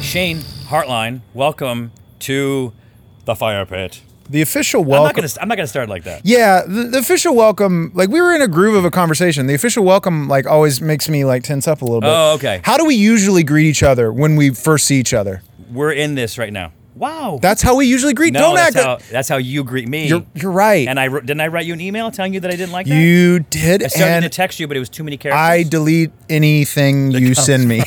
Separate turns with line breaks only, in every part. Shane Hartline, welcome to the fire pit.
The official
I'm not
welcome.
gonna. I'm not gonna start like that.
Yeah, the, the official welcome. Like we were in a groove of a conversation. The official welcome like always makes me like tense up a little bit.
Oh, okay.
How do we usually greet each other when we first see each other?
We're in this right now. Wow.
That's how we usually greet.
no,
Don't
that's
act.
how, that's how you greet me.
You're- you're right.
And I wrote- didn't I write you an email telling you that I didn't like that.
you did,
I started
and
to text you, but it was too many characters.
I delete anything you
comes
send me.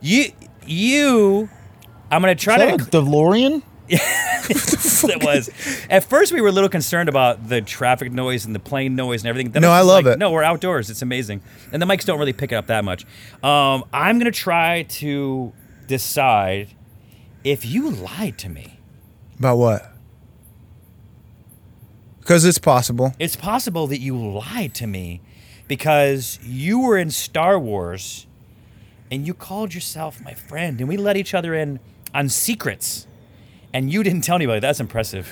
you you. I'm gonna try to.
DeLorean?
it was. At first, we were a little concerned about the traffic noise and the plane noise and everything. Then
No,
was
I
just
love
like,
it.
No, we're outdoors. It's amazing, and the mics don't really pick it up that much. Um, I'm gonna try to decide if you lied to me.
About what? Because it's possible.
It's possible that you lied to me because you were in Star Wars, and you called yourself my friend, and we let each other in on secrets, and you didn't tell anybody. That's impressive.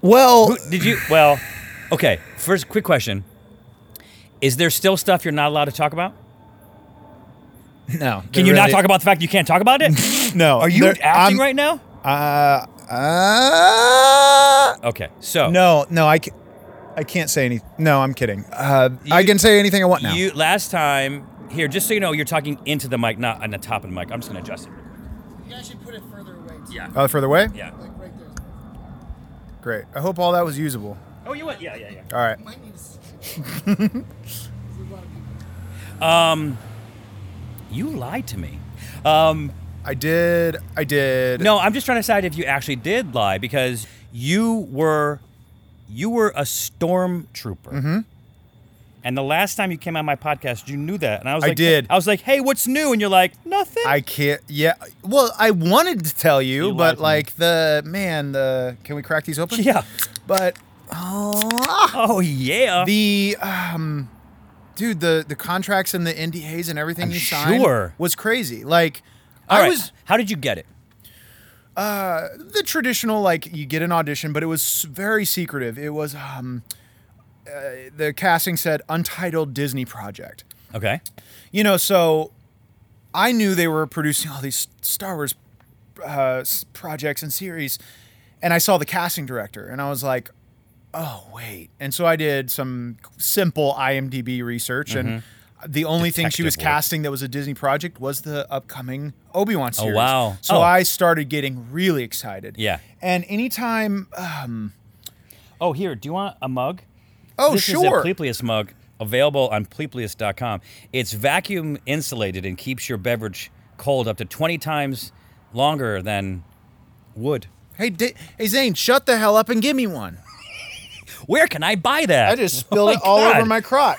Well,
Who- Did you? Well, okay. First, quick question: Is there still stuff you're not allowed to talk about?
no.
Can you not talk about the fact you can't talk about it?
No.
Are you
there-
acting
I'm-
right now?
Uh, uh,
Okay, so
no, no, I can't. I can't say any. No, I'm kidding. Uh, I can say anything I want now.
you last time here, just so you know, you're talking into the mic, not on the top of the mic. I'm just gonna adjust it.
You guys should put it further away. Too.
Yeah.
Oh, further away?
Yeah.
Like right there.
Great. I hope all that was usable.
Oh, you what? Yeah, yeah, yeah.
All right.
Might need to. s-
You lied to me. Um,
I did. I did.
no, I'm just trying to decide if you actually did lie because you were, you were a stormtrooper.
Mm-hmm.
And the last time you came on my podcast, you knew that, and I was
I
like,
did.
I was like, hey, what's new? And you're like, nothing.
I can't. Yeah. Well, I wanted to tell you,
You lied
but
to me.
like the man, the can we crack these open?
Yeah.
But oh,
Oh yeah.
the um dude the the contracts and the ndas and everything
I'm
you signed
sure.
was crazy like
All
i
right,
was
How did you get it?
the traditional like you get an audition but it was s- very secretive it was um uh, the casting said untitled disney project
Okay.
you know so i knew they were producing all these star wars uh, s- projects and series and i saw the casting director and i was like oh wait and so i did some simple imdb research and the only thing she
Mm-hmm. Detective
was
work.
casting that was a disney project was the upcoming obi-wan series
wow.
so
Oh.
i started getting really excited
Yeah.
and anytime
Oh, here. Do you want a mug?
oh
this
sure
is a Pleplius mug available on pleplius.com. It's vacuum insulated and keeps your beverage cold up to 20 times longer than wood.
hey da- hey zane shut the hell up and give me one
Where can I buy that?
I just spilled
Oh
it all
God.
over my crotch.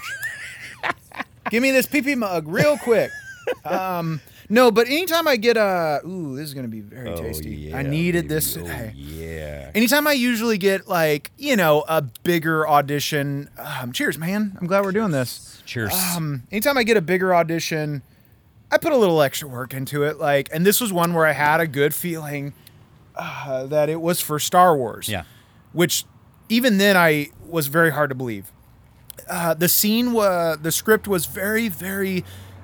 Give me this pee pee mug real quick. Um, no, but anytime I get a, ooh, this is gonna be very
Oh,
tasty. I needed this today.
Yeah.
Anytime I usually get like you know a bigger audition. Um, cheers, man. I'm glad we're doing this.
Cheers.
Um, anytime I get a bigger audition, I put a little extra work into it. Like, and this was one where I had a good feeling uh, that it was for Star Wars
yeah.
which even then I was very hard to believe. Uh, the scene, wa- the script was very, very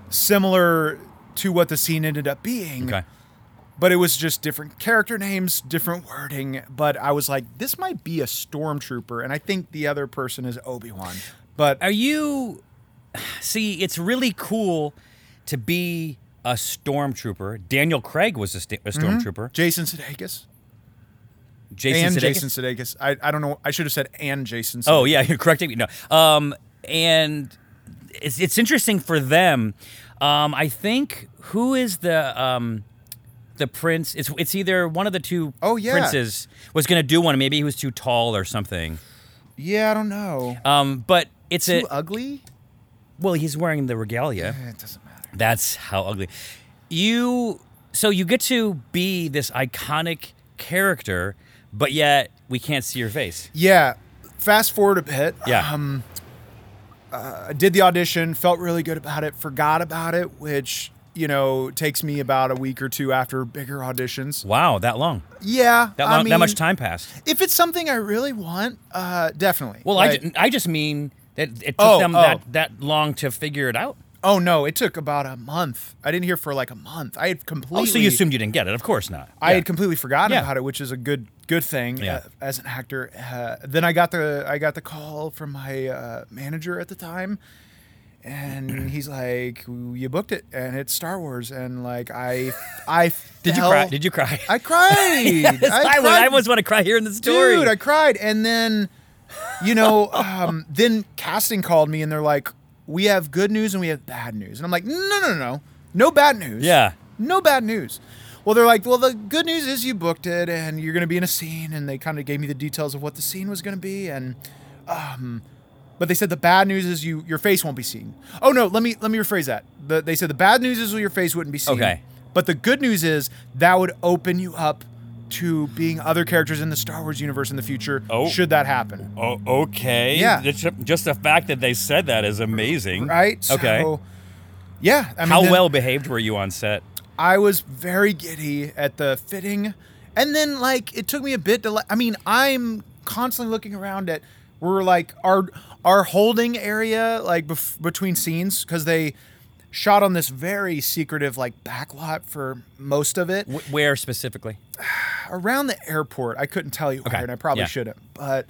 similar to what the scene ended up being,
Okay.
but it was just different character names, different wording. But I was like, this might be a stormtrooper, and I think the other person is Obi Wan. But
Are you see? It's really cool to be a stormtrooper. Daniel Craig was a, sta-
Mm-hmm.
a stormtrooper.
Jason Sudeikis
Jason
and
Sudeikis-
Jason Sudeikis, I, I don't know. I should have said and Jason. Sudeikis.
Oh yeah, you're correcting me. No, um, and it's it's interesting for them. Um, I think who is the um, the prince? It's it's either one of the two
Oh, yeah.
princes was going to do one. Maybe he was too tall or something.
yeah, I don't know.
Um, but it's a
Too ugly?
well, he's wearing the regalia.
Eh, It doesn't matter.
That's how ugly. You so you get to be this iconic character, but yet we can't see your face.
Yeah. Fast forward a bit.
Yeah.
Um, uh, did the audition, felt really good about it, forgot about it, which, you know, takes me about a week or two after bigger auditions.
Wow, that long.
Yeah.
That
I
long, that
mean,
much time passed.
If it's something I really want, uh, definitely.
Well, I,
Like,
ju- I just mean that it took
Oh,
them
oh.
that that long to figure it out.
Oh no, it took about a month. I didn't hear for like a month. I had completely.
Oh, so you assumed you didn't get it? Of course not.
I had completely forgotten
Yeah.
about it, which is a good good thing
Yeah.
uh, as an actor. Uh, then I got the I got the call from my uh, manager at the time, and he's like, "You booked it, and it's Star Wars." And like I, I
Did you
fell-
cry? Did you cry?
I cried.
Yes, I,
I
would-
cried.
I almost want to cry here in the story.
Dude, I cried. And then, you know, um, then casting called me and they're like, we have good news and we have bad news. And I'm like, no, no, no, no. No bad news.
Yeah.
No bad news. Well, they're like, well, the good news is you booked it and you're going to be in a scene. And they kind of gave me the details of what the scene was going to be. And, um, but they said the bad news is you your face won't be seen. Oh no, let me let me rephrase that. The, they said the bad news is your face wouldn't be seen.
Okay.
But the good news is that would open you up to being other characters in the Star Wars universe in the future.
Oh.
Should that happen,
Oh, okay.
Yeah.
That's ju- Just the fact that they said that is amazing.
right?
Okay.
So, yeah. I mean,
How
then-
well behaved were you on set?
I was very giddy at the fitting, and then like it took me a bit to. Like, I mean, I'm constantly looking around at we're like our our holding area like bef- between scenes because they shot on this very secretive like back lot for most of it
Wh- where specifically?
around the airport. I couldn't tell you
Okay,
where, and I probably
yeah.
shouldn't, but.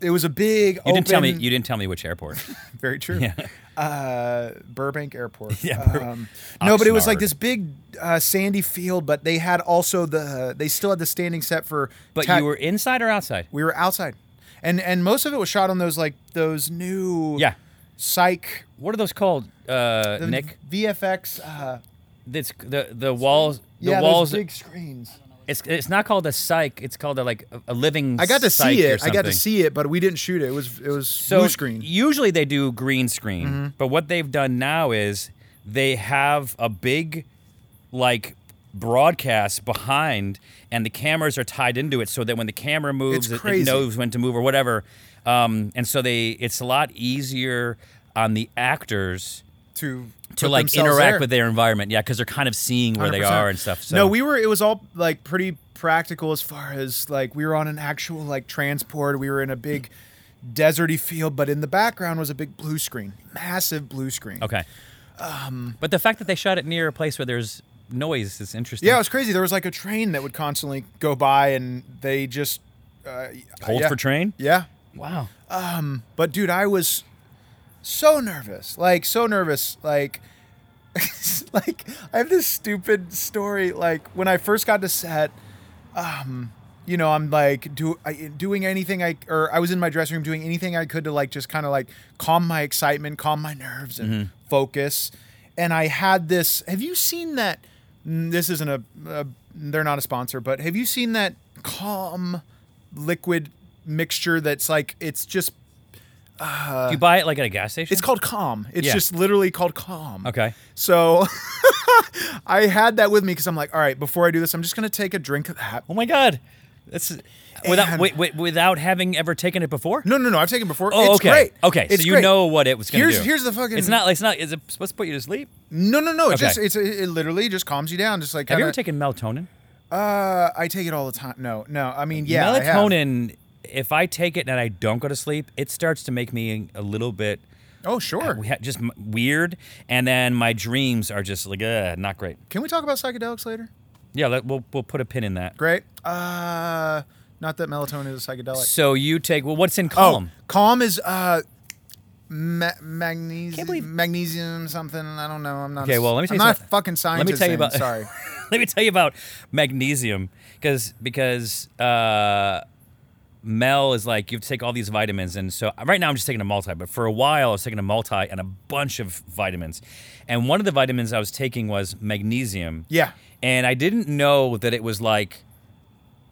It was a big.
You didn't tell me.
open-
You didn't tell me which airport.
Very true. Uh, Burbank Airport.
Yeah, Bur-
um, no, but it was like
Oxnard.
this big uh, sandy field, but they had also the they still had the standing set for.
But
ta-
you were inside or outside?
we were outside, and and most of it was shot on those like those new
Yeah.
psych
What are those called, uh,
the
Nick?
VFX uh,
That's the the walls. The
yeah
walls.
those big screens.
It's it's not called a psych. It's called a like a- a living.
I got to
psych
see
or
it. I got
something.
to see it, but we didn't shoot it. It was it was
So
blue screen. Mm-hmm.
Usually they do green screen, but what they've done now is they have a big like broadcast behind, and the cameras are tied into it, so that when the camera moves, it, it
crazy.
knows when to move or whatever. Um, and so they, it's a lot easier on the actors
to
to
put
like
themselves
interact
there.
with their environment, yeah, because they're kind of seeing where they
100%.
are and stuff. So.
No, we were. It was all like pretty practical as far as like we were on an actual like transport. We were in a big deserty field, but in the background was a big blue screen, massive blue screen.
okay.
Um,
but the fact that they shot it near a place where there's noise is interesting.
Yeah, it was crazy. There was like a train that would constantly go by, and they just uh,
hold
yeah.
for train.
Yeah,
Wow.
but dude, I was so nervous, like so nervous, like. like I have this stupid story. Like when I first got to set, um, you know, I'm like do I, doing anything I or I was in my dressing room doing anything I could to like just kind of like calm my excitement, calm my nerves, and focus. And I had this. Have you seen that? mm, This isn't a, a. They're not a sponsor, but have you seen that calm liquid mixture that's like it's just Uh,
Do you buy it like at a gas station?
it's called calm. It's
Yeah.
just literally called calm.
Okay.
So I had that with me because I'm like, all right, before I do this, I'm just gonna take a drink of that.
Oh my god, that's without
And-
wait, wait, without having ever taken it before.
No, no, no. I've taken it before.
Oh,
it's
okay.
great.
Okay,
it's
so you
great.
know what it was going to
Here's-
do.
here's the fucking-
It's not. It's not. Is it supposed to put you to sleep?
No, no, no. It
Okay.
just it's it, it literally just calms you down. Just like
Have you
kinda,
ever taken melatonin?
Uh, I take it all the time. No, no. I mean, yeah, I have.
melatonin. If I take it and I don't go to sleep, it starts to make me a little bit
Oh, sure.
we ha- just m- weird, and then my dreams are just like uh, not great.
Can we talk about psychedelics later?
Yeah, let, we'll we'll put a pin in that.
Great. Uh, not that melatonin is a psychedelic.
So you take well, what's in calm?
Oh, calm is uh. Ma- magnesium,
Can't believe-
magnesium, something. I don't know. I'm not.
Okay, well, let me tell
I'm
you
not
some-
a fucking
Let
scientist.
me tell you
Zane,
about.
Sorry.
let me tell you about magnesium, because because uh, Mel is like you have to take all these vitamins, and so right now I'm just taking a multi, but for a while I was taking a multi and a bunch of vitamins, and one of the vitamins I was taking was magnesium.
Yeah.
And I didn't know that it was like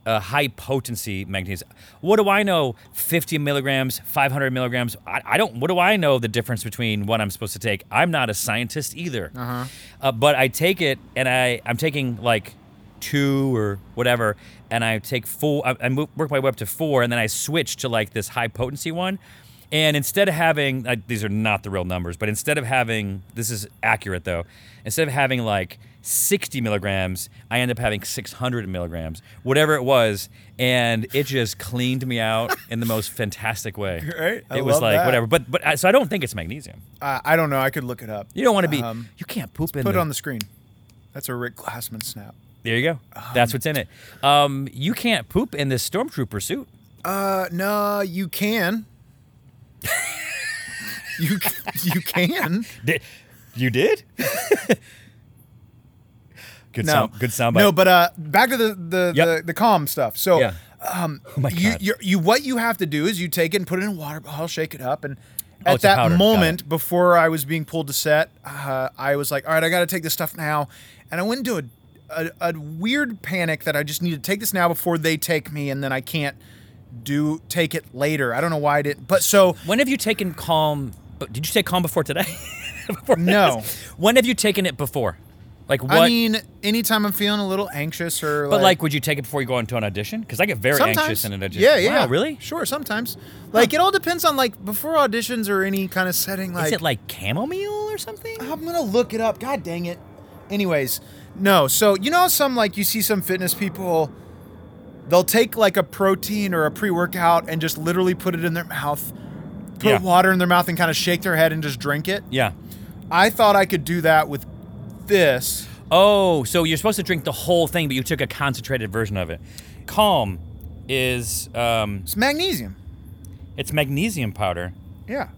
a high potency magnesium. What do I know? 50 milligrams, 500 milligrams. I, I don't, what do I know the difference between what I'm supposed to take? I'm not a scientist either. Uh-huh. but I take it and I, I'm taking like two or whatever, and I take four, I, I move, work my way up to four, and then I switch to like this high potency one. And instead of having, uh, these are not the real numbers, but instead of having, this is accurate though, instead of having like 60 milligrams, I end up having 600 milligrams, whatever it was. And it just cleaned me out in the most fantastic way.
Great. I
It was
love
like,
that.
whatever. But, but I, so I don't think it's magnesium.
Uh, I don't know. I could look it up.
You don't want to be,
Um,
you can't poop in
put it
the-
on the screen. That's a Rick Glassman snap.
There you go. That's what's in it. Um, you can't poop in this stormtrooper suit.
Uh, no, you can. you c- you can.
Did, you did? good
No,
sound. Good sound.
No, but uh, back to the the
Yep.
the, the calm stuff. So,
Yeah. Oh
um,
my
you,
God.
you you what you have to do is you take it and put it in a water bottle, shake it up, and
Oh,
at
it's a
that
powder. Got
moment before I was being pulled to set, uh, I was like, all right, I got to take this stuff now, and I went into a, a a weird panic that I just need to take this now before they take me, and then I can't do take it later. I don't know why I didn't, but so
when have you taken calm? But did you take calm before today? Before
No.
this? When have you taken it before? Like what?
I mean, anytime I'm feeling a little anxious or
but like, would you take it before you go into an audition? Because I get very
sometimes,
anxious in an audition.
yeah, yeah,
Wow, really?
Sure, sometimes. Like it all depends on like before auditions or any kind of setting. Like,
Is it like chamomile or something?
I'm gonna look it up. God dang it. Anyways, no. So you know, how some like you see some fitness people, they'll take like a protein or a pre-workout and just literally put it in their mouth, put
Yeah.
water in their mouth and kind of shake their head and just drink it.
Yeah.
I thought I could do that with this.
Oh, so you're supposed to drink the whole thing, but you took a concentrated version of it. Calm is um,
It's magnesium.
it's magnesium powder.
Yeah.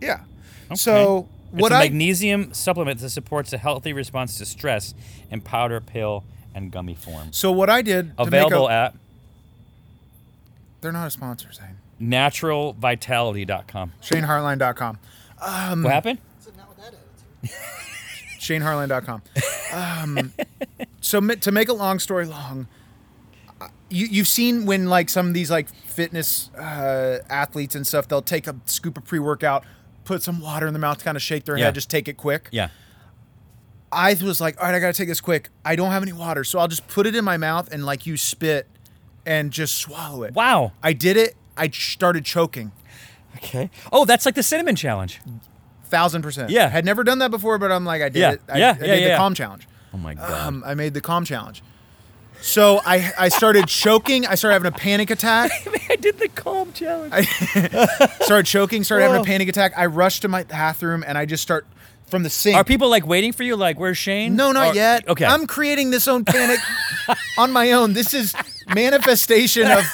Yeah.
Okay.
So
It's
what
a
I
magnesium supplement that supports a healthy response to stress in powder, pill, and gummy form.
so what I did to make
Available
a-
at
they're not a sponsor, Zane.
naturalvitality.com.
ShaneHartline.com.
what happened?
So not with that attitude.
ShaneHarlan.com. Um, so mi- to make a long story long, I- you, you've seen when like some of these like fitness uh, athletes and stuff, they'll take a scoop of pre-workout, put some water in their mouth, kind of shake their
Yeah.
head, just take it quick.
Yeah.
I was like, all right, I gotta take this quick. I don't have any water, so I'll just put it in my mouth and like you spit and just swallow it.
Wow.
I did it. I ch- started choking.
Okay. Oh, that's like the cinnamon challenge.
Thousand percent.
Yeah.
Had never done that before, but I'm like, I did
Yeah.
it. I,
Yeah,
I
yeah,
did
yeah,
the
yeah.
calm challenge.
Oh my god.
Um, I made the calm challenge. So I, I started choking. I started having a panic attack.
I did the calm challenge.
Started choking. Started having
Whoa.
a panic attack. I rushed to my bathroom and I just start from the sink.
Are people like waiting for you? Like, where's Shane?
no, not
Or-
yet.
Okay.
I'm creating this own panic on my own. This is manifestation of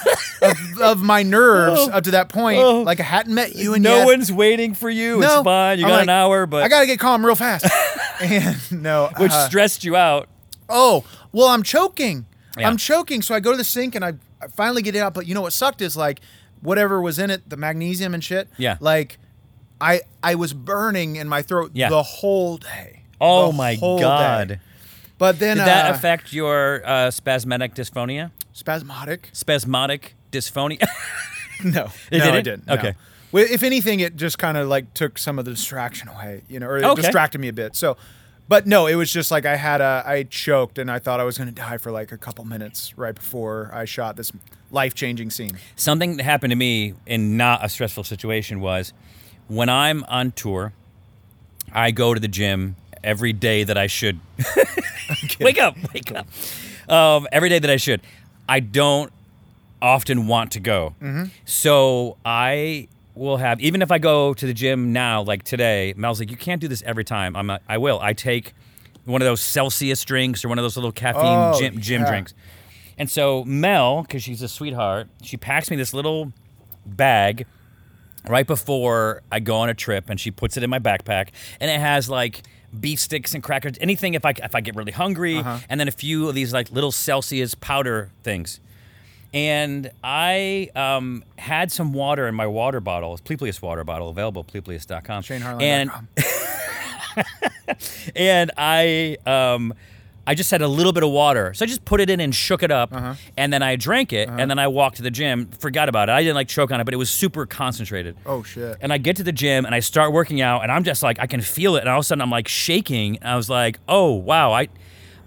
of, of my nerves up to that point.
Oh.
Like I hadn't met you and
no
yet.
one's waiting for you.
No.
It's fine. You
I'm
got
like,
an hour, but
I gotta get calm real fast. and no,
which
uh,
stressed you out.
oh well i'm choking
Yeah.
i'm choking so i go to the sink and I, I finally get it out but you know what sucked is like whatever was in it the magnesium and shit
Yeah.
like i i was burning in my throat
Yeah.
the whole day
Oh
The
my
whole day.
God.
but then
Did that
uh,
affect your uh, spasmodic dysphonia?
spasmodic
Spasmodic dysphonia?
no
It
no,
didn't?
it didn't no.
Okay.
well, if anything it just kind of like took some of the distraction away you know or it
Okay.
distracted me a bit so but no, it was just like I had a I choked and I thought I was going to die for like a couple minutes right before I shot this life-changing scene.
Something that happened to me in not a stressful situation was when I'm on tour, I go to the gym every day that I should. wake up, wake up. Um, every day that I should. I don't often want to go.
Mm-hmm.
So I will have, even if I go to the gym now, like today, Mel's like, you can't do this every time. I'm like, I will. I take one of those Celsius drinks or one of those little caffeine
Oh,
gym, gym
yeah.
drinks. And so Mel, because she's a sweetheart, she packs me this little bag right before I go on a trip, and she puts it in my backpack, and it has like beef sticks and crackers, anything if I if I get really hungry, and then a few of these like little Celsius powder things. And I um, had some water in my water bottle, it's Pleplius water bottle, available at pleplius.com. And
ShaneHarlan.com.
and I um I just had a little bit of water. So I just put it in and shook it up
Uh-huh.
and then I drank it and then I walked to the gym, forgot about it. I didn't like choke on it, but it was super concentrated.
Oh, shit.
And I get to the gym and I start working out and I'm just like I can feel it and all of a sudden I'm like shaking and I was like, "Oh, wow. I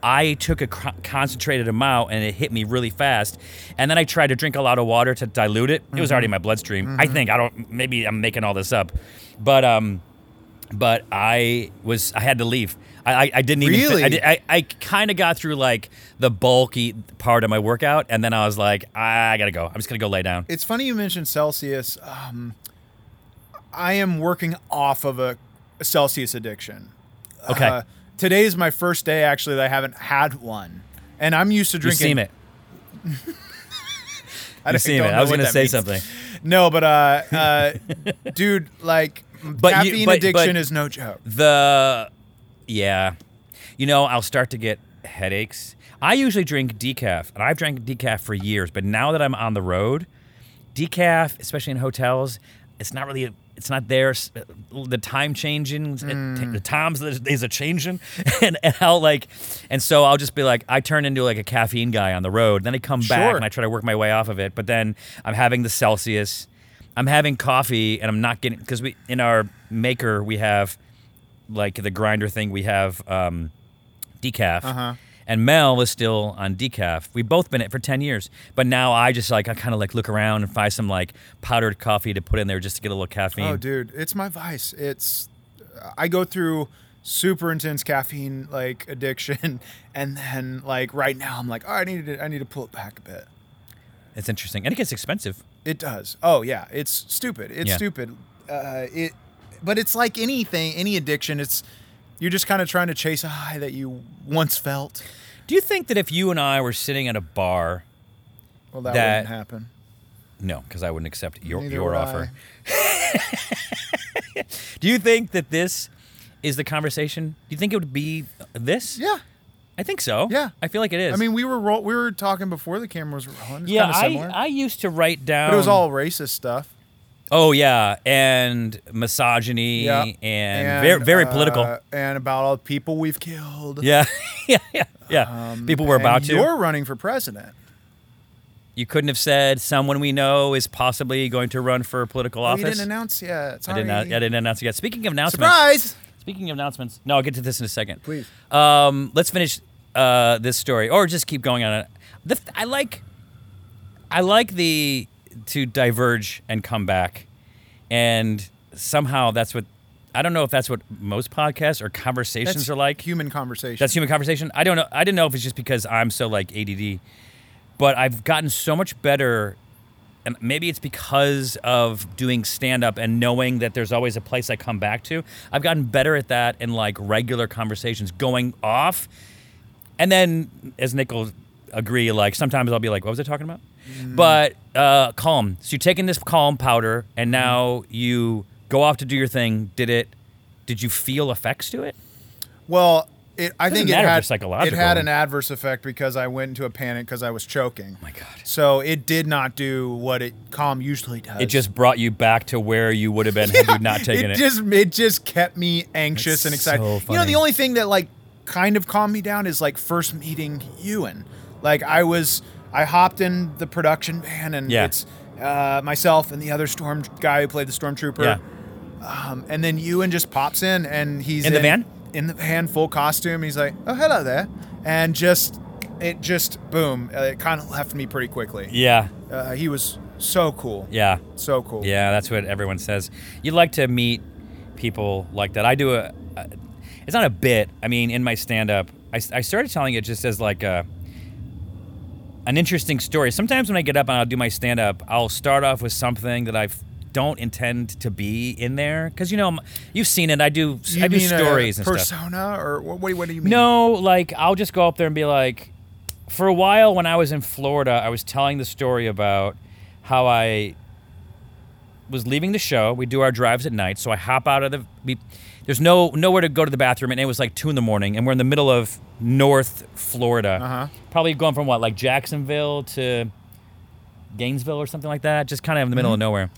I took a co- concentrated amount and it hit me really fast. And then I tried to drink a lot of water to dilute it. It was already in
Mm-hmm.
my bloodstream. I think I don't. Maybe I'm making all this up, but um, but I was I had to leave. I, I, I didn't even.
Really?
I, did- I, I kind of got through like the bulky part of my workout, and then I was like, I gotta go. I'm just gonna go lay down.
It's funny you mentioned Celsius. Um, I am working off of a, a Celsius addiction. Uh,
Okay.
today is my first day actually that I haven't had one, and I'm used to
you
drinking.
seem it.
I
You
don't-
seem it.
don't know
I was
what
gonna
that
say
means.
something.
No, but uh, uh dude, like
But you-
caffeine
but-
addiction
but-
is no joke.
The yeah, you know, I'll start to get headaches. I usually drink decaf, and I've drank decaf for years. But now that I'm on the road, decaf, especially in hotels, it's not really. it's not there. S- The time changing, the times that is a changing, and, and I'll like, and so I'll just be like, I turn into like a caffeine guy on the road. Then I come back
Sure.
and I try to work my way off of it. But then I'm having the Celsius, I'm having coffee, and I'm not getting because we in our maker we have like the grinder thing we have um, decaf
Uh-huh.
and mel is still on decaf we've both been it for 10 years but now i just like i kind of like look around and find some like powdered coffee to put in there just to get a little caffeine
Oh, dude, it's my vice. It's I go through super intense caffeine like addiction, and then like right now I'm like, oh, I need to I need to pull it back a bit.
it's interesting and it gets expensive
It does. Oh yeah, it's stupid. It's
Yeah.
stupid. Uh, it, but it's like anything, any addiction. It's you're just kind of trying to chase a high that you once felt.
do you think that if you and i were sitting at a bar
Well, that,
That-
wouldn't happen.
no because i wouldn't accept your,
Neither
your
would
offer do you think that this is the conversation do you think it would be this
Yeah.
i think so
Yeah.
i feel like it is
I mean, we were roll- we were talking before the cameras were rolling. It's
yeah
kinda
I,
similar.
I um, used to write down
but it was all racist stuff.
Oh yeah, and misogyny
Yeah,
and, very very
uh,
political.
and about all the people we've killed.
Yeah, yeah, yeah. yeah. People were
um, And
about to.
You're running for president.
You couldn't have said someone we know is possibly going to run for political
Oh,
office.
you didn't announce yet.
I
Sorry.
didn't. I didn't announce it yet. Speaking of announcements,
Surprise!
speaking of announcements, no, I'll get to this in a second.
Please.
Um, let's finish uh, this story, or just keep going on it. The, I like, I like the to diverge and come back, and somehow that's what I don't know if that's what most podcasts or conversations
That's
are like.
human conversation.
That's human conversation. I don't know. I didn't know if it's just because I'm so like ADD, but I've gotten so much better. And maybe it's because of doing stand up and knowing that there's always a place I come back to. I've gotten better at that in like regular conversations, going off. And then, as Nick will agree, like sometimes I'll be like, what was I talking about? But uh, calm. So you're taking this calm powder and now you go off to do your thing. Did it, did you feel effects to it?
Well, it, I think it
matter if
had
it's psychological.
It had an adverse effect because I went into a panic because I was choking.
Oh my God.
So it did not do what it calm usually does.
It just brought you back to where you would have been had you not taken it.
just it just kept me anxious
That's
and excited.
so
You know,
funny.
the only thing that like kind of calmed me down is like first meeting Ewan. Like I was, I hopped in the production van and
Yeah.
it's uh, myself and the other storm guy who played the stormtrooper.
Yeah.
Um, and then Ewan just pops in and he's
In the van?
in the van, full costume. He's like, "Oh, hello there," and just it just boom. Uh, it kind of left me pretty quickly.
yeah,
Uh, he was so cool.
yeah,
So cool.
yeah. That's what everyone says. You like to meet people like that. I do a. a it's not a bit. I mean, in my stand-up, I, s- I started telling it just as like a an interesting story. Sometimes when I get up and I'll do my stand up, I'll start off with something that I don't intend to be in there because you know m- you've seen it. I do s-
You
I do
mean a
stories and stuff.
persona or what, what, do you- what do you mean?
No, like I'll just go up there and be like, for a while when I was in Florida, I was telling the story about how I was leaving the show. We do our drives at night, so I hop out of the. We, there's no nowhere to go to the bathroom, and it was like two in the morning, and we're in the middle of North Florida,
Uh-huh.
probably going from what like Jacksonville to Gainesville or something like that, just kind of in the middle
Mm-hmm.
of nowhere,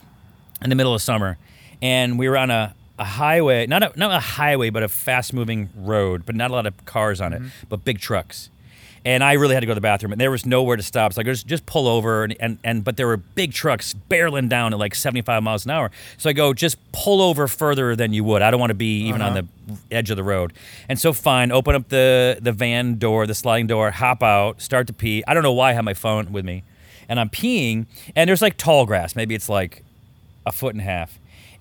in the middle of summer, and we were on a, a highway, not a, not a highway, but a fast moving road, but not a lot of cars on it, but big trucks, and I really had to go to the bathroom, and there was nowhere to stop. So I goes, just pull over, and, and and but there were big trucks barreling down at like 75 miles an hour. So I go, just pull over further than you would. I don't want to be even on the edge of the road. And so fine, open up the the van door, the sliding door, hop out, start to pee. I don't know why I have my phone with me, and I'm peeing, and there's like tall grass. Maybe it's like a foot and a half,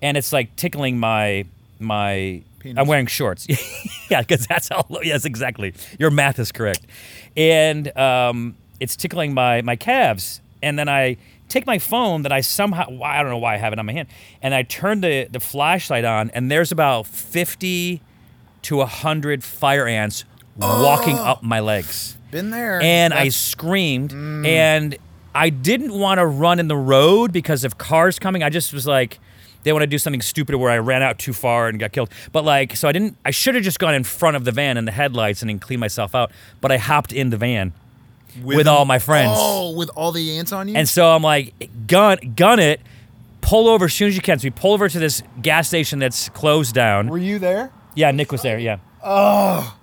and it's like tickling my my.
Penis.
I'm wearing shorts. yeah, because that's how. Low, yes, exactly. Your math is correct, and um, it's tickling my my calves. And then I take my phone that I somehow why I don't know why I have it on my hand, and I turn the the flashlight on, and there's about fifty to hundred fire ants walking up my legs
Been there.
and I
That's- Mm.
screamed and I didn't want to run in the road because of cars coming. I just was like they want to do something stupid where I ran out too far and got killed. But like so I didn't I should have just gone in front of the van in the headlights and then cleaned myself out, but I hopped in the van with, all my friends.
Oh, with all the ants on you.
And so I'm like, gun gun it, pull over as soon as you can. So we pull over to this gas station that's closed down.
Were you there?
Yeah, Nick was there. Yeah. Oh.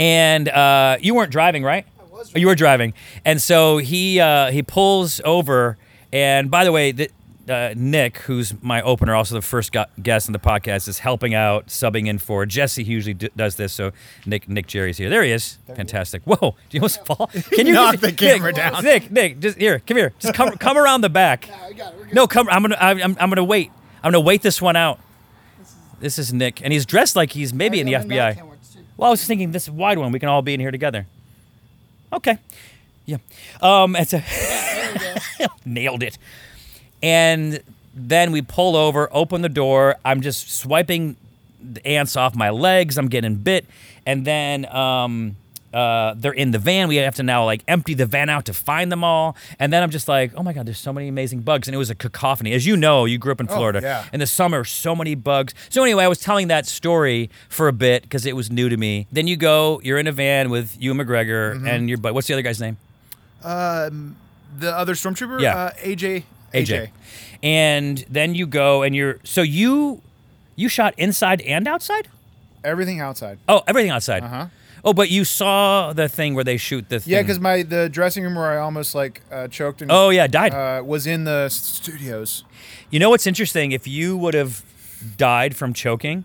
And uh, you weren't driving, right? I
was
You were driving, and so he uh, he pulls over. And by the way, the, uh, Nick, who's my opener, also the first gu- guest on the podcast, is helping out, subbing in for Jesse. He usually d- does this, so Nick Nick Jerry's here. There he is. Fantastic. Whoa! Did you almost fall? Can you
Knock the camera
Nick,
down.
Nick, Nick, just here. Come here. Just come come around the back.
I got it. We're good.
No, come. I'm gonna. I'm, I'm, I'm gonna wait. I'm gonna wait this one out. This is Nick, and he's dressed like he's maybe in the
Coming back,
FBI.
can't wait to see.
Well, I was thinking this wide one. We can all be in here together. Okay. Yeah. Um. It's a
There we go.
nailed it. And then we pull over, open the door. I'm just swiping the ants off my legs. I'm getting bit. And then um, uh, they're in the van. We have to now like empty the van out to find them all. And then I'm just like, oh my God, there's so many amazing bugs. And it was a cacophony. As you know, you grew up in Florida.
yeah.
In the summer, so many bugs. So anyway, I was telling that story for a bit because it was new to me. Then you go, you're in a van with you McGregor and your bud. What's the other guy's name?
The other stormtrooper.
Yeah.
Uh, AJ.
AJ. And then you go and you're so you you shot inside and outside?
Everything outside.
Oh, everything outside.
Uh-huh.
Oh, but you saw the thing where they shoot the thing.
Yeah, because my the dressing room where I almost like uh, choked and
Oh yeah, died.
uh, was in the s- studios.
you know what's interesting? If you would have died from choking,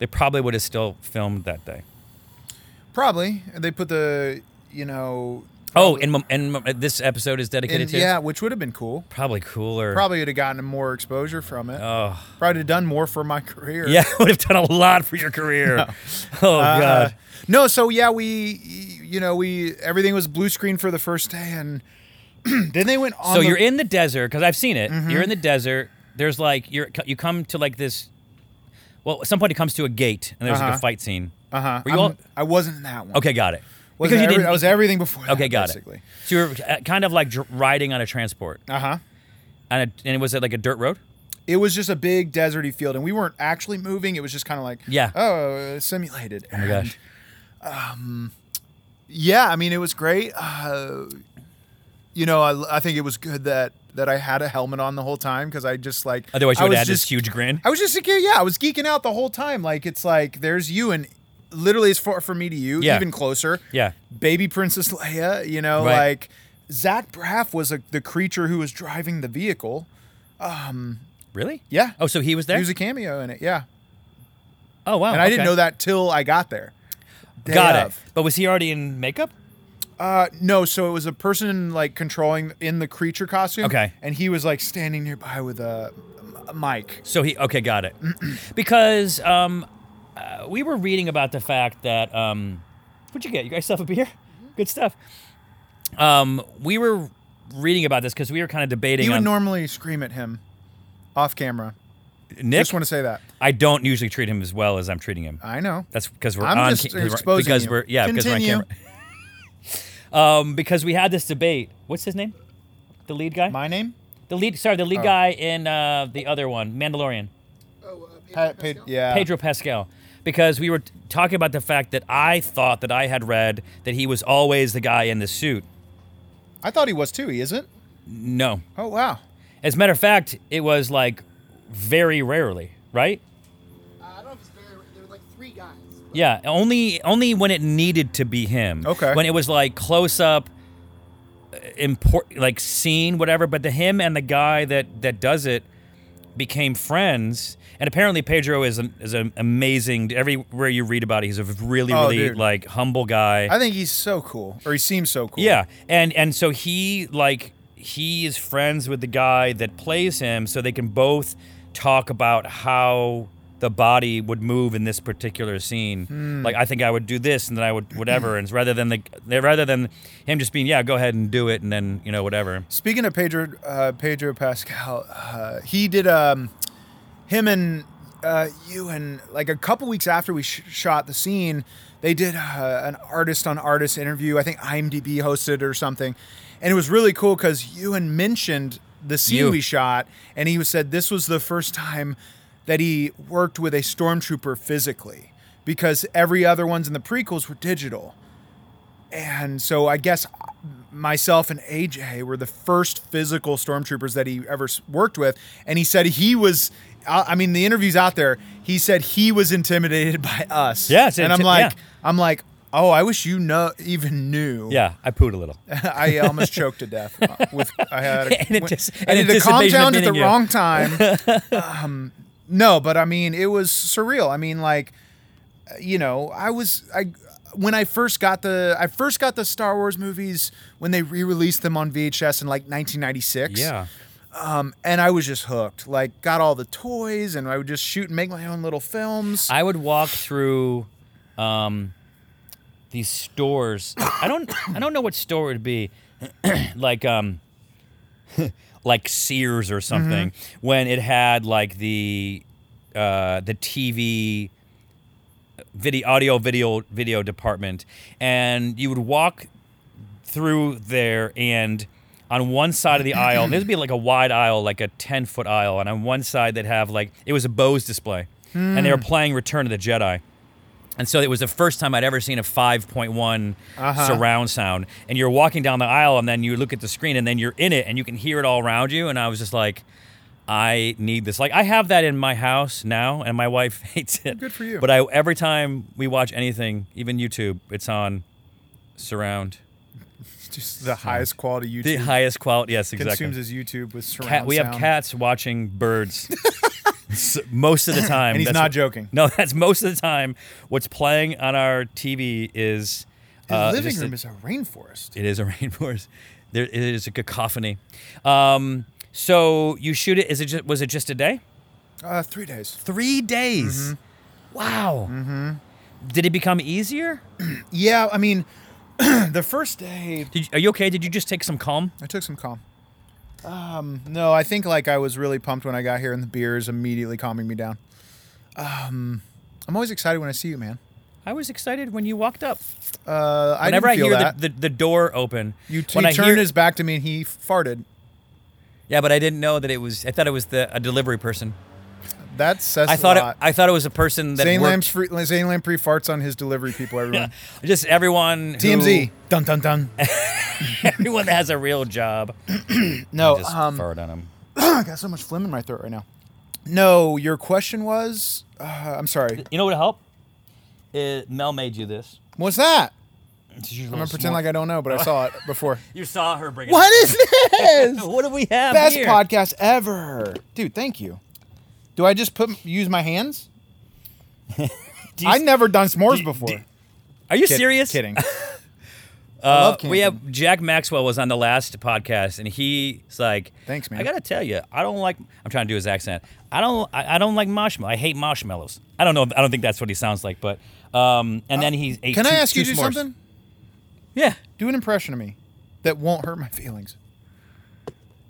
they probably would have still filmed that day.
Probably and they put the you know
Oh, and, mem- and mem- this episode is dedicated
in,
to
yeah, which would have been cool.
probably cooler.
Probably would have gotten more exposure from it.
Oh.
Probably have done more for my career.
Yeah, would have done a lot for your career. Oh
Uh,
god.
no, so yeah, we you know we everything was blue screen for the first day, and then they went on.
so
the- Mm-hmm.
you're in the desert because I've seen it. You're in the desert. There's like you're you come to like this. Well, somebody comes to a gate and there's like
Uh-huh.
a fight scene.
Uh-huh.
Were you
I'm-
all-
I wasn't in that one.
Okay, got it.
Wasn't every- I was everything before. That,
okay, got
basically.
it. So you were uh, kind of like dr- riding on a transport,
Uh Oh huh.
and, a, and was it like a dirt road?
It was just a big deserty field, and we weren't actually moving. It was just kind of like
Yeah.
oh, uh, simulated.
Oh my gosh.
yeah, I mean, it was great. Uh, you know, I, I think it was good that that I had a helmet on the whole time because I just like
Otherwise, you
I
would
was
have had this
just-
huge grin.
I was just like, yeah, yeah, I was geeking out the whole time. Like it's like there's you and literally as far from me to you,
Yeah.
even closer.
Yeah.
Baby Princess Leia, you know,
Right.
like Zach Braff was a, the creature who was driving the vehicle.
Really?
Yeah.
Oh, so he was there.
He was a cameo in it, yeah.
oh wow.
And I didn't
okay.
know that till I got there. Day
Got it.
of.
But was he already in makeup?
Uh, no, so it was a person like controlling in the creature costume.
Okay.
And he was like standing nearby with a, a mic.
So he okay, got it. because um, uh, we were reading about the fact that um, what'd you get? You guys have a beer? Good stuff. Um, we were reading about this because we were kind of debating.
You would
on,
normally scream at him off camera.
Nick,
Just want to say that.
I don't usually treat him as well as I'm treating him.
I know.
That's because we're
I'm
on
just
ca- 'cause we're-
exposing
because
you.
we're yeah because
Continue.
we're on camera. um, because we had this debate. What's his name? The lead guy.
My Oh. name?
the lead. Sorry, the lead guy in uh, the other one, Mandalorian.
Oh, uh, Pedro
Pat, Pat,
Pascal?
yeah.
Pedro Pascal because we were t- talking about the fact that I thought that I had read that he was always the guy in the suit.
I thought he was too. He isn't.
No.
Oh wow.
As a matter of fact, it was like very rarely, right?
Uh, I don't know if it's very. There, like three guys.
Yeah, only only when it needed to be him.
Okay.
When it was like close up, uh, import like scene whatever. But the him and the guy that that does it became friends. And apparently Pedro is an, is an amazing. Everywhere you read about it, he's a really
Oh,
really
dude.
like humble guy.
I think he's so cool, or he seems so cool.
Yeah, and and so he like he is friends with the guy that plays him, so they can both talk about how the body would move in this particular scene. Like I think I would do this, and then I would whatever, and rather than the rather than him just being yeah, go ahead and do it, and then you know whatever.
Speaking of Pedro uh, Pedro Pascal, uh, he did um, him and uh, you and like a couple weeks after we sh- shot the scene, they did uh, an artist on artist interview. I think IMDb hosted or something, and it was really cool because Ewan mentioned the scene
You.
we shot, and he was said this was the first time that he worked with a stormtrooper physically because every other ones in the prequels were digital. And so I guess uh, myself and AJ were the first physical stormtroopers that he ever s- worked with. And he said he was, uh, I I mean, the interview's out there. He said he was intimidated by us.
Yeah, it's-
And I'm
it's-
like,
yeah.
I'm like, oh, I wish you know, even knew.
Yeah, I pooed a little.
I almost choked to death. uh, With I had
In
a,
antici-
I
in
did the calm
anticipation of
down at the
meeting you.
wrong time. um, no, but I mean, it was surreal. I mean, like, you know, I was I when I first got the I first got the Star Wars movies when they re-released them on VHS in like 1996.
Yeah,
um, and I was just hooked. Like, got all the toys, and I would just shoot and make my own little films.
I would walk through. Um, these stores. I don't. I don't know what store it would be. like um, like Sears or something when it had like the uh, the TV video audio video video department and you would walk through there and on one side of the aisle and this would be like a wide aisle like a 10 foot aisle and on one side they'd have like it was a Bose display and they were playing Return of the Jedi and so it was the first time I'd ever seen a 5one
Uh-huh.
surround sound. And you're walking down the aisle, and then you look at the screen, and then you're in it, and you can hear it all around you. And I was just like, I need this. Like I have that in my house now, and my wife hates it.
Good for you.
But I every time we watch anything, even YouTube, it's on surround.
just the highest quality YouTube
The highest quality. Yes, exactly.
consumes his YouTube with surround
Cat, we have
sound.
cats watching birds S- most of the time.
And he's
that's
not
what-
joking.
No, that's most of the time. What's playing on our TV is
His
uh,
living
just a-
room is a rainforest.
it is a rainforest. There it is a cacophony. Um, so you shoot it? Is it just was it just a day?
Uh, three days.
Three days. Wow. Mm-hmm. Did it become easier?
Yeah, I mean, the first day
Did you, are you okay? Did you just take some calm?
I took some calm. Um, no, I think like I was really pumped when I got here, and the beer is immediately calming me down. Um, I'm always excited when I see you, man.
I was excited when you walked up.
Uh, I
Whenever I,
didn't feel
hear
that.
The, the, the door open,
you
when
he
I
turned
hear,
his back to me and he farted.
yeah, but I didn't know that it was. I thought it was the a delivery person.
That says
I thought
a
it,
lot.
I thought it was a person that
Zane,
worked-
Lamprecht free, Zane Lamprey farts on his delivery people. Everyone,
just everyone who-
TMZ, dun dun dun.
everyone that has a real job.
No,
just
um,
fart on them.
I got so much phlegm in my throat right now. No, your question was, uh, I'm sorry.
You know what would help? Uh Mel made you this.
What's that?
I'm
I'm gonna pretend like I don't know, but I saw it before.
you saw her bring it.
What is this?
up. What do we have
Best
here?
podcast ever, dude. Thank you. Do I just put use my hands?
Do you-
I've never done s'mores before.
Are you
Kid-
serious?
Kidding.
Uh,
love
we
camping.
have Jack Maxwell was on the last podcast, and he's like,
Thanks, man.
I gotta tell you, I don't like. I'm trying to do his accent. I don't. I, I don't like marshmallow. I hate marshmallows. I don't know. if- I don't think that's what he sounds like, but. Um, and then he ate
Uh, Can I
two-
ask you
two
to do
s'mores.
something?
Yeah.
Do an impression of me that won't hurt my feelings.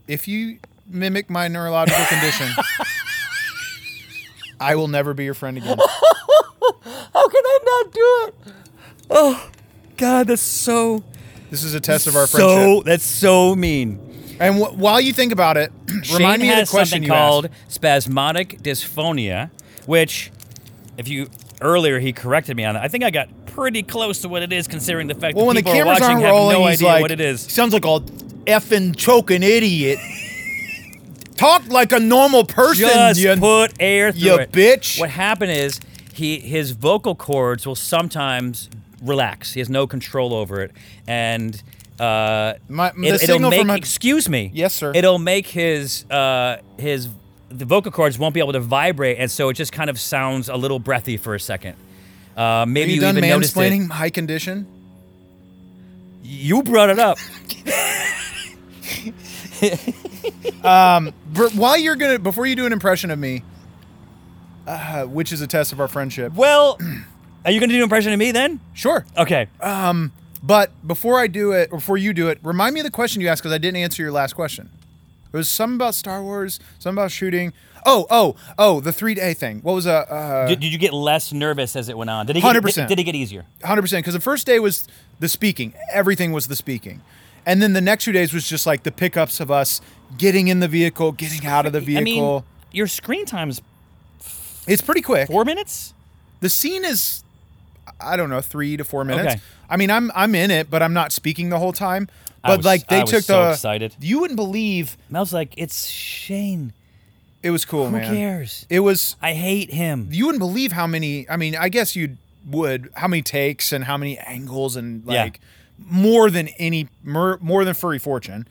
If you mimic my neurological condition, I will never be your friend again.
How can I not do it? Oh, God, that's so
This is a test of our
so
friendship.
that's so mean.
And wh- while you think about it, remind
Shane
me of
has
the question
something
you
called
asked.
spasmodic dysphonia, which, if you earlier he corrected me on that. I think I got pretty close to what it is, considering the fact
Well,
that
when the
people
cameras
are watching
aren't
have
rolling,
no
he's
idea
like,
what it is.
sounds like a effing choking idiot. Talk like a normal person,
Just
you
put air through
you
it,
bitch.
What happened is he his vocal cords will sometimes relax. He has no control over it, and uh,
My- the
it'll
signal
make
from a-
excuse me.
Yes, sir.
It'll make his uh, his the vocal cords won't be able to vibrate, and so it just kind of sounds a little breathy for a second. Uh,
Are
maybe
you
you,
done
even noticed it.
mansplaining my condition?
You brought it up.
Br- While you're gonna, before you do an impression of me, uh, which is a test of our friendship.
well, are you going to do an impression of me then?
Sure.
Okay.
Uh, But before I do it, or before you do it, remind me of the question you asked because I didn't answer your last question. It was something about Star Wars, something about shooting. Oh, oh, oh, the three day thing. What was a uh,
did, did you get less nervous as it went on? Did he get,
100%.
Did, did it get easier?
100%? Because the first day was the speaking, everything was the speaking. And then the next two days was just like the pickups of us getting in the vehicle, getting out of the
I
vehicle.
mean, your screen time's
it's pretty quick.
four minutes.
the scene is I don't know, three to four minutes.
Okay.
I mean, I'm I'm in it, but I'm not speaking the whole time.
I
But
was-
like they
I was
took
so
the
excited.
You wouldn't believe
Mel's like, it's Shane.
it was cool,
Who
man.
cares?
It was
I hate him.
you wouldn't believe how many. I mean, I guess you would how many takes and how many angles and
Yeah.
like more than any more, more than Furry Fortune.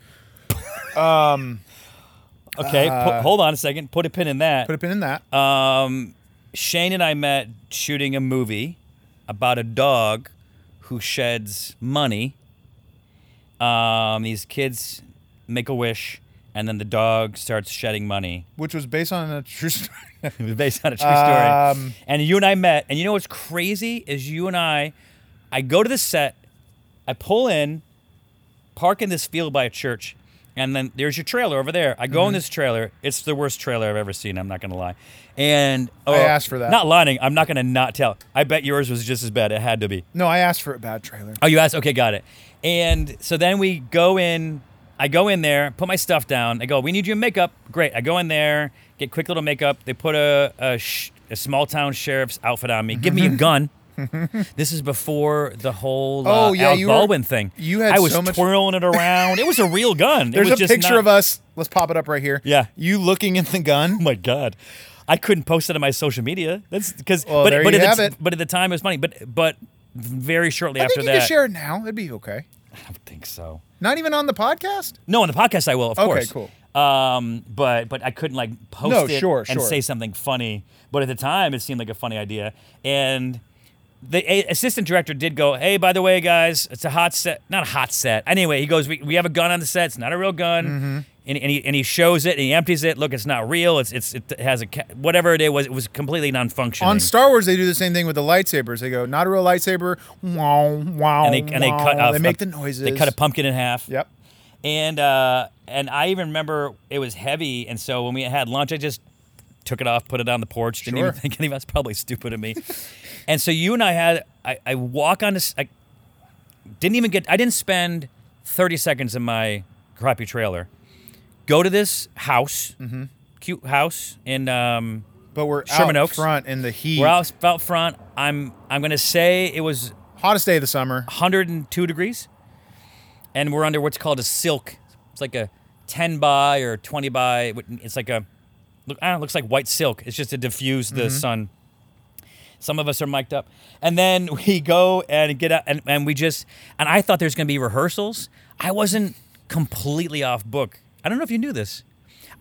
Okay,
uh,
pu- hold on a second. Put a pin in that.
Put a pin in that.
Um, Shane and I met shooting a movie about a dog who sheds money. Um, these kids make a wish, and then the dog starts shedding money.
which was based on a true story.
It was based on a true story.
Um,
and you and I met, and you know what's crazy is you and I, I go to the set, I pull in, park in this field by a church, and then there's your trailer over there. I
Mm-hmm.
go in this trailer. It's the worst trailer I've ever seen. I'm not gonna lie. And oh,
asked for that.
Not lying. I'm not gonna not tell. I bet yours was just as bad. It had to be.
no, I asked for a bad trailer.
Oh, you asked? Okay, got it. And so then we go in. I go in there, put my stuff down. I go, we need you in makeup. Great. I go in there, get quick little makeup. They put a, a, sh- a small town sheriff's outfit on me. Give me a gun. this is before the whole uh,
Oh, yeah,
Alec
you were-
Baldwin thing.
you had
I was
so much-
twirling it around. It was a real gun. It
There's
was
a
just
picture
not-
of us. Let's pop it up right here.
Yeah.
you looking at the gun.
Oh my god, I couldn't post it on my social media. That's because,
Well,
but
there
but
you
at
have
the,
it.
but at the time it was funny. But but very shortly
I
after
think you
that,
can share it now. It'd be okay.
I don't think so.
Not even on the podcast.
No, on the podcast I will, of
Okay,
course.
cool.
Um, but but I couldn't like post
No,
it
sure,
and
sure.
say something funny. But at the time, it seemed like a funny idea. And the a- assistant director did go, "Hey, by the way, guys, it's a hot set. Not a hot set. Anyway, he goes, we, we have a gun on the set. It's not a real gun."
Mm-hmm.
And, and, he, and he shows it and he empties it. Look, it's not real. It's it's it has a ca- whatever it was. It was completely non-functioning.
On Star Wars, they do the same thing with the lightsabers. They go, not a real lightsaber. Wow, wow.
and they and they cut off.
They make
a-
the noises.
They cut a pumpkin in half.
Yep.
And uh, and I even remember it was heavy, and so when we had lunch, I just took it off, put it on the porch. Didn't
Sure.
even think any of that's probably stupid of me. and so you and I had I, I walk on this. I didn't even get. I didn't spend thirty seconds in my crappy trailer. Go to this house, cute house in um,
But we're
Sherman
out
Oaks.
front in the heat.
we're out out front. I'm I'm gonna say it was
Hottest day of the summer.
102 degrees, and we're under what's called a silk. It's like a 10 by or 20 by. It's like a look. I don't know, it looks like white silk. It's just to diffuse the
Mm-hmm.
sun. Some of us are mic'd up, and then we go and get out, and, and we just. And I thought there's going to be rehearsals. I wasn't completely off book. I don't know if you knew this.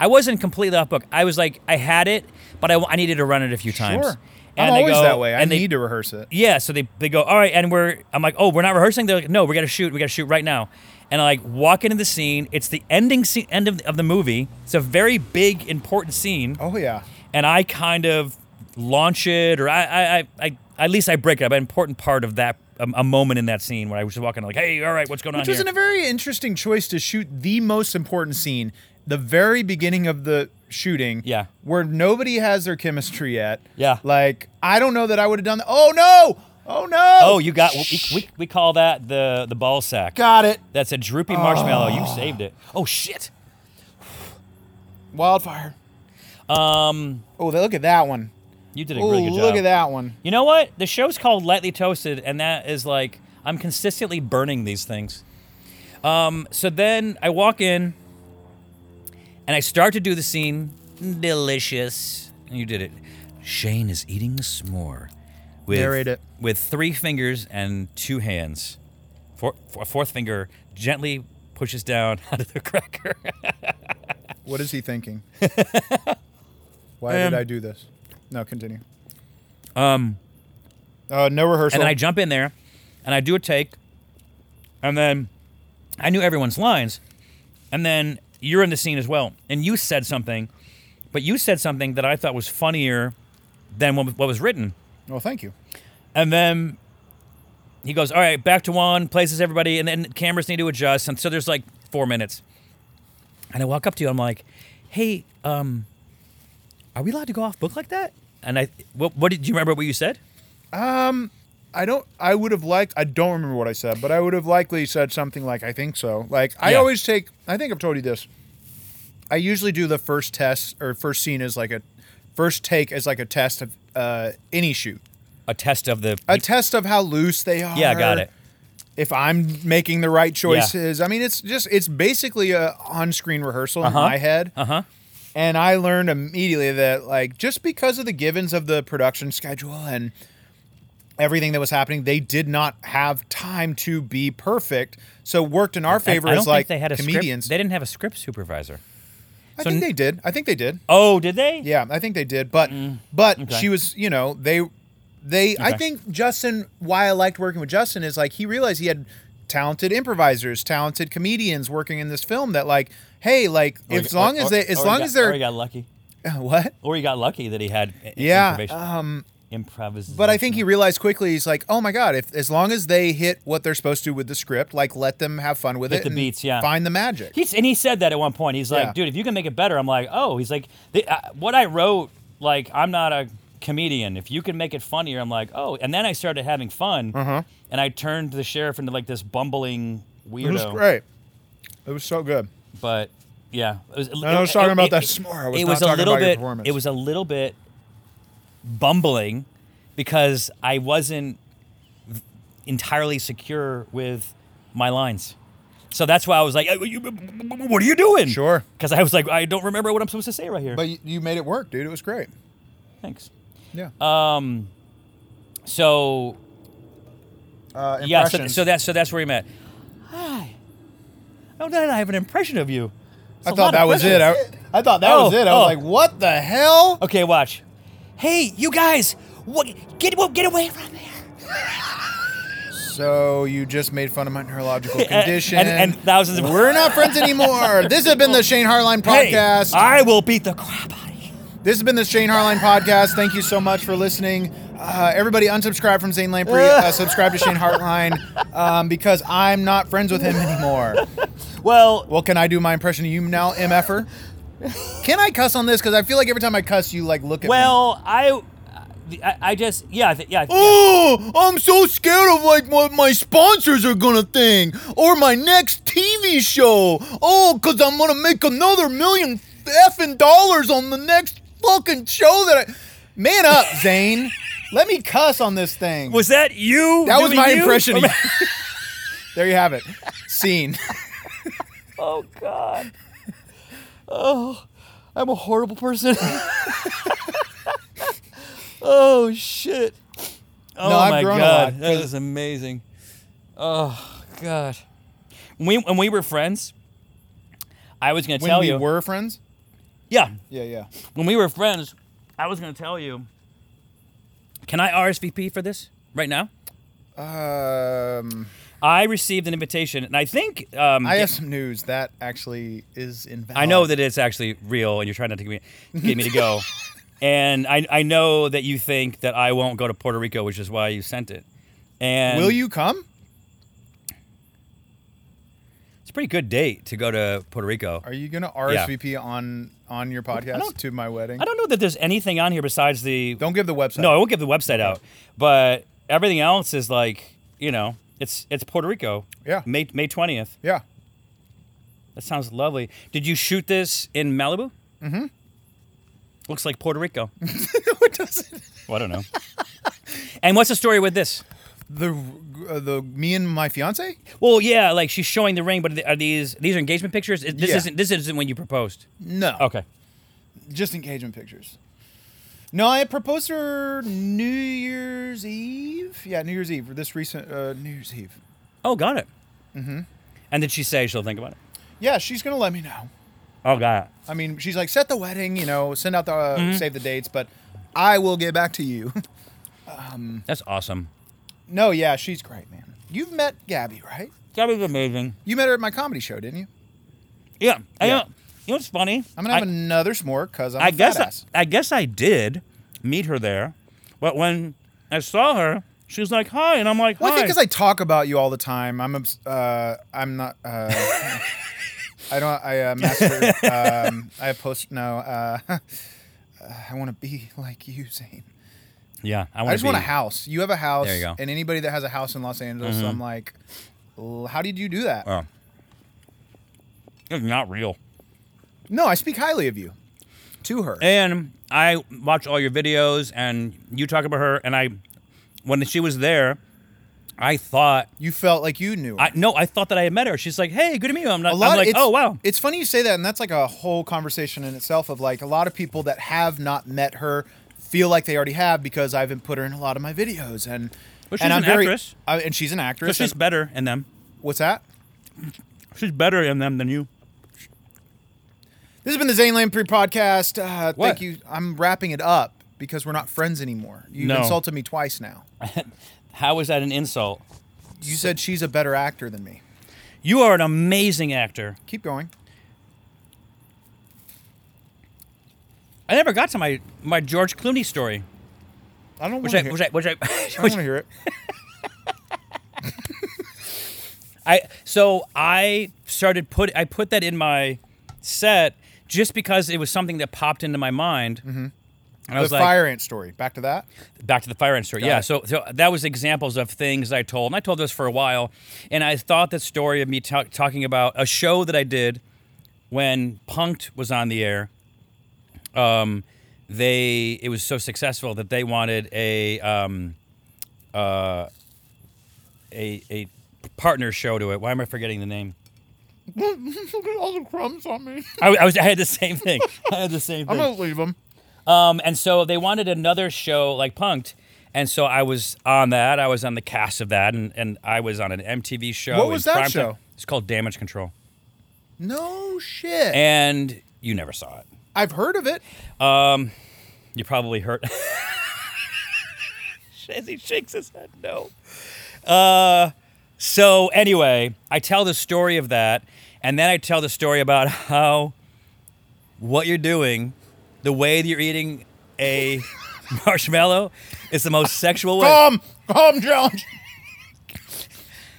I wasn't completely off book. I was like, I had it, but I, I needed to run it a few times.
Sure.
And
I'm
they
always
go-
that way. I
and they-
need to rehearse it.
yeah, so they, they go, all right, and we're, I'm like, oh, we're not rehearsing? They're like, no, we gotta shoot, we gotta shoot right now. And I like walk into the scene, it's the ending scene, end of, of the movie. It's a very big, important scene,
Oh, yeah.
and I kind of launch it, or I, I, I, I at least I break it up, an important part of that, a, a moment in that scene where I was just walking, like, hey, all right, what's going
Which
on
was
here?
a very interesting choice to shoot the most important scene, the very beginning of the shooting.
Yeah.
Where nobody has their chemistry yet.
Yeah.
Like, I don't know that I would have done that. Oh, no. Oh, no.
oh, you got, we, we, we call that the, the ball sack.
got it.
That's a droopy marshmallow, you saved it. Oh, shit.
Wildfire.
Um,
Oh, look at that one.
you did a
Oh,
really good job.
look at that one.
You know what? The show's called Lightly Toasted, and that is like I'm consistently burning these things. Um, so then I walk in, and I start to do the scene. Delicious. You did it. Shane is eating the s'more. With,
Narrate it.
With three fingers and two hands. Four, four, fourth finger gently pushes down onto the cracker.
What is he thinking? Why
Um,
did I do this? No, continue.
um,
Uh, no rehearsal.
and then I jump in there, and I do a take, and then I knew everyone's lines, and then you're in the scene as well, and you said something, but you said something that I thought was funnier than what what was written,
well, Oh, thank you.
and then he goes, "All right, back to one, places everybody, and then cameras need to adjust." And so there's like four minutes, and I walk up to you. I'm like, "Hey, um, are we allowed to go off book like that?" And I, what, what did do you remember? What you said?
I don't. I would have liked. I don't remember what I said, but I would have likely said something like, "I think so." Like I
Yeah.
always take. I think I've told you this. I usually do the first test or first scene as like a first take as like a test of uh, any shoot,
A test of the.
a test of how loose they are.
yeah, got it.
If I'm making the right choices, I mean, it's just it's basically a on-screen rehearsal in my head.
Uh huh.
And I learned immediately that, like, just because of the givens of the production schedule and everything that was happening, they did not have time to be perfect. So it worked in our favor
I don't
as like
think they had a
comedians.
Script. They didn't have a script supervisor.
I
so
think
n-
they did. I think they did.
Oh, did they?
Yeah, I think they did. But but
Mm. okay.
she was, you know, they they I
Okay.
think Justin why I liked working with Justin is like he realized he had talented improvisers, talented comedians working in this film that like, hey, like
Oh,
as long as they as long as
or he
they're
got lucky,
what?
or he got lucky that he had i- i-
Yeah.
improvisation.
Um
improvisation.
But I think
Mm-hmm.
he realized quickly he's like, oh my god, if as long as they hit what they're supposed to with the script, like let them have fun with
Hit
it,
the
and
beats, yeah.
find the magic.
He's, and he said that at one point. He's like,
Yeah.
"Dude, if you can make it better," I'm like, "Oh." He's like, the, uh, "What I wrote, like, I'm not a comedian. If you can make it funnier," I'm like, "Oh." And then I started having fun,
Uh-huh.
and I turned the sheriff into like this bumbling weirdo.
it was great. It was so good.
but yeah, it was,
I was talking about that s'more. I was
it
not
was a
talking
little
about your
bit.
performance.
It was a little bit bumbling because I wasn't entirely secure with my lines. So that's why I was like, "Uh, you- "What are you doing?"
Sure.
because I was like, "I don't remember what I'm supposed to say right here."
But you, you made it work, dude. It was great.
Thanks.
Yeah.
Uh, So
uh,
yeah, so,
impressions.
so that's so that's where we met. Hi. Oh, did I have an impression of you? It's
I
a lot
thought
of
that was it. I,
questions.
I thought that
Oh,
was it. I
oh.
was like, what the hell?
Okay, watch. Hey, you guys, what? Get get away from there.
So you just made fun of my neurological
and-
condition
and thousands of-
We're not friends anymore. this has been the Shane Harline
Hey,
podcast.
I will beat the crap out of you.
This has been the Shane Harline podcast. Thank you so much for listening. Uh, everybody, unsubscribe from Zane Lamprey. Uh, subscribe to Shane Hartline um, because I'm not friends with him anymore.
Well,
Well, can I do my impression of you now, MFer? Can I cuss on this? Because I feel like every time I cuss, you like look at
well, I, I, I just yeah, I thi- yeah. I thi-
me. Oh, I'm so scared of like what my sponsors are gonna think or my next TV show. Oh, because I'm gonna make another million effing dollars on the next fucking show that I. Man up, Zane. Let me cuss on this thing.
Was that you?
That was
doing
my
you?
impression. of you. there you have it. Scene.
Oh God. Oh, I'm a horrible person. oh shit. Oh
No, I've
my
grown a
God,
lot,
that
'cause-
is amazing. Oh God. When we when we were friends, I was gonna
When
tell
we
you.
were friends.
yeah,
Yeah, yeah.
when we were friends, I was gonna tell you. Can I RSVP for this right now?
Um,
I received an invitation, and I think um,
I have some news that actually is invalid.
I know that it's actually real, and you're trying not to get me, get me to go. and I, I know that you think that I won't go to Puerto Rico, which is why you sent it. And
Will you come?
It's a pretty good date to go to Puerto Rico.
Are you gonna RSVP on on your podcast
don't-
to my wedding?
I don't know that there's anything on here besides the.
Don't give the website.
no, I won't give the website out, but everything else is like you know, it's it's Puerto Rico.
Yeah.
May May twentieth.
Yeah.
That sounds lovely. Did you shoot this in Malibu? Mm-hmm. Looks like Puerto Rico.
What does it?
Well, I don't know. and what's the story with this?
The uh, the me and my fiance.
Well, yeah, like she's showing the ring, but are th- are these these are engagement pictures? Is- This
Yeah.
Oh. isn't this isn't when you proposed.
No.
Okay.
Just engagement pictures. No, I proposed to her New Year's Eve. Yeah, New Year's Eve. This recent uh, New Year's Eve.
Oh, got it. Mm-hmm. And did she say she'll think about it?
Yeah, she's gonna let me know.
Oh, got it.
I mean, she's like, set the wedding. You know, send out the uh,
Mm-hmm.
save the dates, but I will get back to you.
That's awesome.
no, yeah, she's great, man. You've met Gabby, right?
Gabby's amazing.
You met her at my comedy show, didn't you?
Yeah. I,
Yeah.
uh, you know what's funny?
I'm gonna have
I-
another s'more because I'm a
I guess
fat
I,
ass.
I guess I did meet her there, but when I saw her, she was like, "Hi," and I'm like, "Hi."
Well, I think because I talk about you all the time. I'm obs- uh, I'm not. Uh, I don't. I uh, master. um, I post. No. Uh, I want to be like you, Zane.
yeah, I,
I just want a
be-
house. You have a house.
There you go. Mm-hmm.
And anybody that has a house in Los Angeles, I'm like, "L- how did you do that?
Oh. It's not real.
no, I speak highly of you. To her.
And I watch all your videos, and you talk about her, and I, when she was there, I thought
you felt like you knew. Her.
I no, I thought that I had met her. She's like, "Hey, good to meet you." I'm not.
a lot
I'm like,
it's-
"Oh wow."
It's funny you say that, and that's like a whole conversation in itself of like a lot of people that have not met her feel like they already have because I've been put her in a lot of my videos and
Well, she's
and I'm
an
very,
actress.
I- and she's an
So
actress.
she's
and-
better in them.
what's that?
She's better in them than you.
This has been the Zane Lamprey podcast. Uh, thank
What?
you. I'm wrapping it up because we're not friends anymore. You've
No.
insulted me twice now.
How is that an insult?
You said she's a better actor than me.
You are an amazing actor.
Keep going.
I never got to my my George Clooney story,
I don't want
which
to
I
hear.
which I which I,
I don't
which
want to hear it.
I so I started put I put that in my set just because it was something that popped into my mind. Mm-hmm. And I
The
was like,
fire ant story. Back to that.
back to the fire ant story.
Got
yeah.
it.
So, so that was examples of things I told, and I told this for a while. And I thought that story of me ta- talking about a show that I did when Punked was on the air. Um, they it was so successful that they wanted a um, uh, a a partner show to it. Why am I forgetting the name?
Look at all the crumbs on me.
I, I was I had the same thing. I had the same thing.
I'm gonna leave them.
Um, and so they wanted another show like Punked. And so I was on that. I was on the cast of that, and, and I was on an MTV show.
What
in
was that
prime time.
show?
It's called Damage Control,
No shit.
and you never saw it.
I've heard of it.
You probably heard. As he shakes his head, no. Uh, so anyway, I tell the story of that, and then I tell the story about how what you're doing, the way that you're eating a marshmallow, is the most sexual way.
Calm, calm, challenge.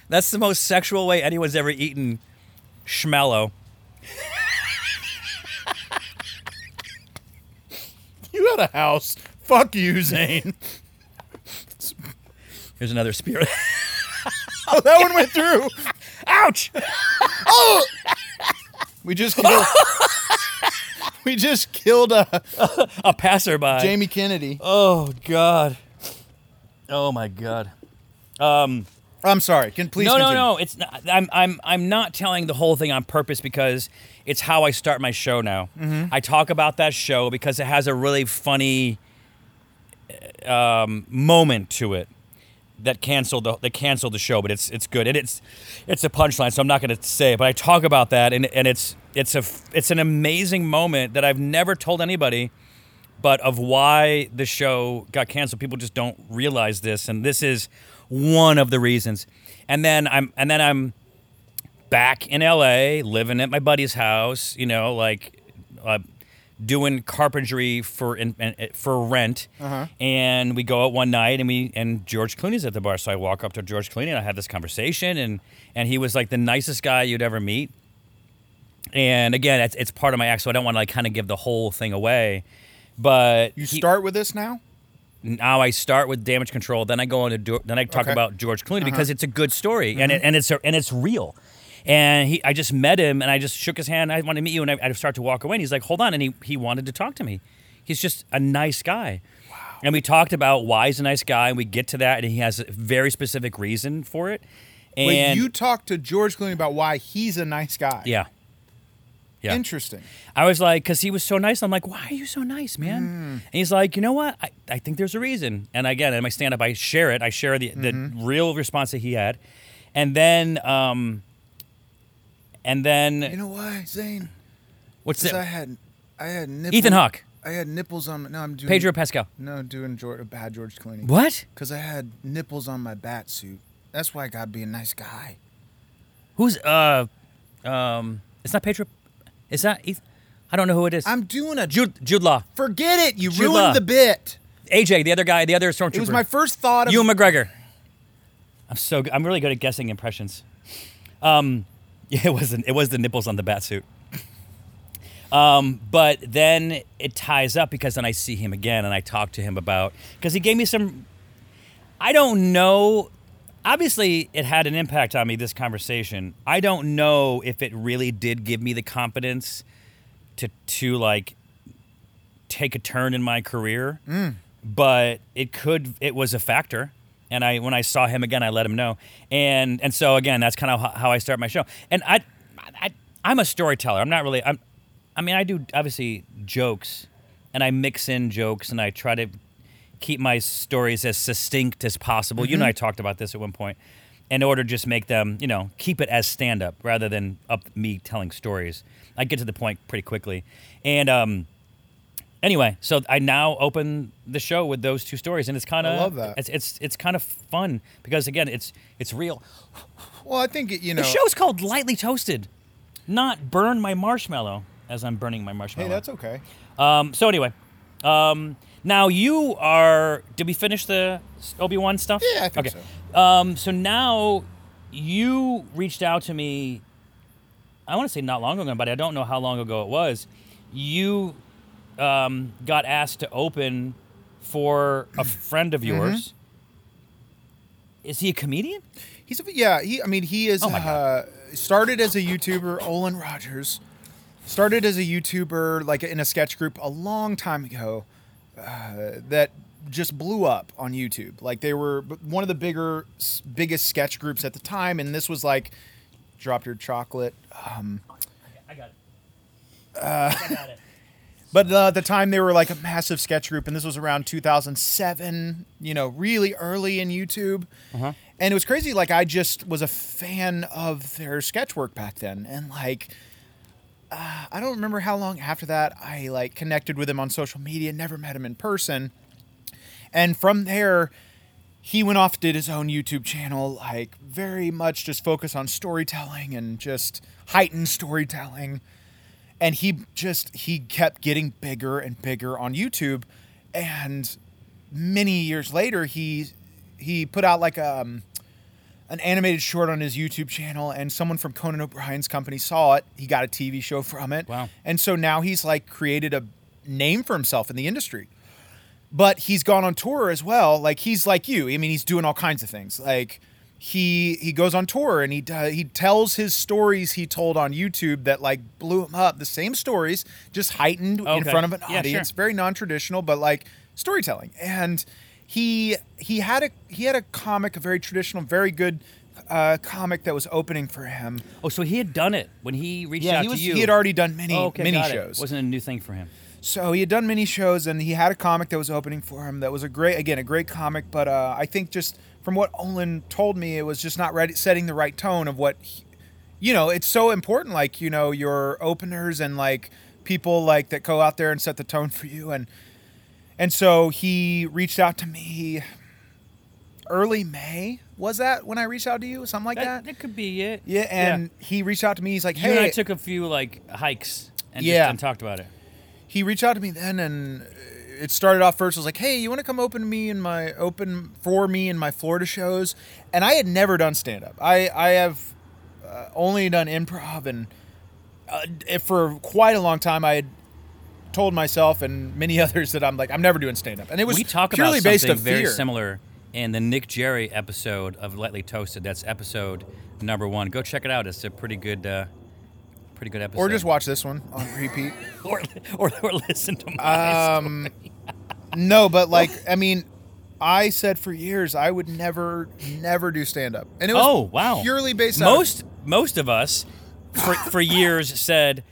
That's the most sexual way anyone's ever eaten schmello.
You had a house. Fuck you, Zane.
Here's another spear.
Oh, that one went through.
Ouch!
We just killed. we just killed uh,
A passerby.
Jamie Kennedy.
Oh God. Oh my God.
I'm sorry. Can please
no,
continue.
no, no. It's not, I'm, I'm, I'm not telling the whole thing on purpose because it's how I start my show now.
Mm-hmm.
I talk about that show because it has a really funny um, moment to it that canceled the that canceled the show, but it's it's good and it's it's a punchline, so I'm not going to say it. But I talk about that and and it's it's a f- it's an amazing moment that I've never told anybody. but of why the show got canceled. People just don't realize this, and this is one of the reasons. And then I'm and then I'm back in LA, living at my buddy's house. You know, like uh, doing carpentry for in, in- eh, for rent. And we go out one night, and we and George Clooney's at the bar, so I walk up to George Clooney and I have this conversation, and and he was like the nicest guy you'd ever meet. And again, it's, it's part of my act, so I don't want to like kind of give the whole thing away. But
You
he-
start with this now.
now I start with damage control, then I go into do- then I talk
Okay. Uh-huh. Mm-hmm.
about George Clooney because it's a good story and it, and it's and it's real. And he, I just met him and I just shook his hand. I want to meet you, and I, I start to walk away. And he's like, "Hold on," and he he wanted to talk to me. He's just a nice guy. Wow. And we talked about why he's a nice guy, and we get to that, and he has a very specific reason for it.
Wait,
And
you talked to George Clooney about why he's a nice guy.
yeah, Yeah.
Interesting.
I was like, because he was so nice. I'm like, why are you so nice, man?
Mm.
And he's like, you know what? I, I think there's a reason. And again, in my stand up, I share it. I share the,
Mm-hmm.
the real response that he had. And then, um, and then,
You know why, Zane?
what's
Because I
it?
had, I had nipples.
Ethan Hawke.
I had nipples on. my- No, I'm doing
Pedro Pascal.
No, doing George, bad George Clooney.
What?
Because I had nipples on my bat suit. That's why I got to be a nice guy.
Who's, uh, um, it's not Pedro. It's not Ethan. I don't know who it is.
I'm doing a.
Jude, Jude Law.
Forget it. You
Jude
ruined
Law.
the bit.
AJ, the other guy, the other stormtrooper.
It was my first thought of.
Ewan McGregor. I'm so good. I'm really good at guessing impressions. Um, yeah, it wasn't. It was the nipples on the batsuit. Um, but then it ties up because then I see him again and I talk to him about because he gave me some. I don't know. Obviously, it had an impact on me. This conversation. I don't know if it really did give me the confidence to to like take a turn in my career but it could it was a factor and i when i saw him again i let him know and and so again that's kind of how, how i start my show and i, I i'm a storyteller i'm not really i'm i mean i do obviously jokes and i mix in jokes and i try to keep my stories as succinct as possible you and i talked about this at one point in order to just make them you know keep it as stand up rather than up me telling stories i get to the point pretty quickly and um anyway, so I now open the show with those two stories, and it's kind of
I love that.
It's it's, it's kind of fun because again, it's it's real.
Well, I think it, you know.
The show's called Lightly Toasted, not Burn My Marshmallow as I'm burning my marshmallow.
Hey, that's okay.
um. So anyway, um. Now you are. Did we finish the Obi Wan stuff?
Yeah, I think
okay. so. Um. So now you reached out to me. I want to say not long ago, but I don't know how long ago it was. You um, got asked to open for a friend
Mm-hmm.
of yours. Is he a comedian?
He's a, yeah. He I mean he is
Oh my
uh, started as a YouTuber. Olin Rogers started as a YouTuber like in a sketch group a long time ago uh, that just blew up on YouTube. Like they were b- one of the bigger s- biggest sketch groups at the time, and this was like drop your chocolate.
I got it.
Uh,
I got it.
But uh, at the time they were like a massive sketch group, and this was around 2007. You know, really early in YouTube. And it was crazy. Like I just was a fan of their sketch work back then, and like uh, I don't remember how long after that I like connected with him on social media. Never met him in person, and from there he went off did his own YouTube channel. Like very much just focus on storytelling and just heightened storytelling and he just he kept getting bigger and bigger on YouTube and many years later he he put out like um an animated short on his YouTube channel and someone from Conan O'Brien's company saw it he got a TV show from it
Wow.
and so now he's like created a name for himself in the industry but he's gone on tour as well. Like he's like you. I mean, he's doing all kinds of things. Like he he goes on tour and he uh, he tells his stories he told on YouTube that like blew him up. The same stories, just heightened in
Okay.
front of an
Yeah,
audience.
sure.
Very non-traditional, but like storytelling. And he he had a he had a comic, a very traditional, very good uh, comic that was opening for him.
Oh, so he had done it when he reached
Yeah,
out
he was
to you.
he had already done many
oh, okay,
many
got it.
shows.
Wasn't a new thing for him.
So he had done many shows, and he had a comic that was opening for him. That was a great, again, a great comic. But uh, I think just from what Olin told me, it was just not ready, setting the right tone of what, he- you know, it's so important. Like you know, your openers and like people like that go out there and set the tone for you. And and so he reached out to me. Early May was that when I reached out to you, something like
That,
that.
that could be it.
yeah, and he reached out to me. He's like,
you
"Hey,
and I took a few like hikes and
Yeah.
just, and talked about it.
he reached out to me then and it started off first was like hey you want to come open to me in my open for me in my florida shows and i had never done stand-up i i have uh, only done improv and uh, d- for quite a long time i had told myself and many others that i'm like i'm never doing stand-up and it was
we talk about
purely
something
based on
very
fear
similar in the Nick Jerry episode of Lightly Toasted. That's episode number one. Go check it out. It's a pretty good, uh, pretty good episode.
or just watch this one on repeat
or, or, or listen to my
Um, no, but like, I mean, I said for years I would never, never do stand up, and it was
oh wow
purely based on
most most of us for, for years said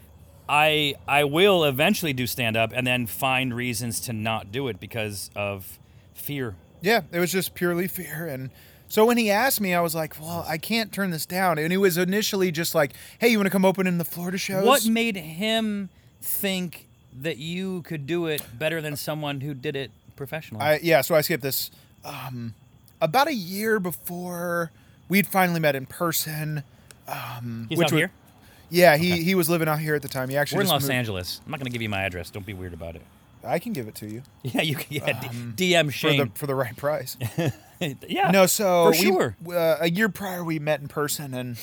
I I will eventually do stand up and then find reasons to not do it because of fear.
Yeah, it was just purely fear. And so when he asked me, I was like, well, I can't turn this down. And it was initially just like, hey, you want to come open in the Florida shows?
What made him think that you could do it better than someone who did it professionally?
I, yeah, so I skipped this. Um, about a year before we'd finally met in person.
He's
which
out
was-
here.
Yeah, he, he was living out here at the time. He actually
We're in
just
Los
moved-
Angeles. I'm not going to give you my address. Don't be weird about it.
I can give it to you
Yeah, you can. Yeah, D- DM
for the
Shane.
for the right price.
yeah.
No, so
for
we-
sure.
uh, a year prior we met in person, and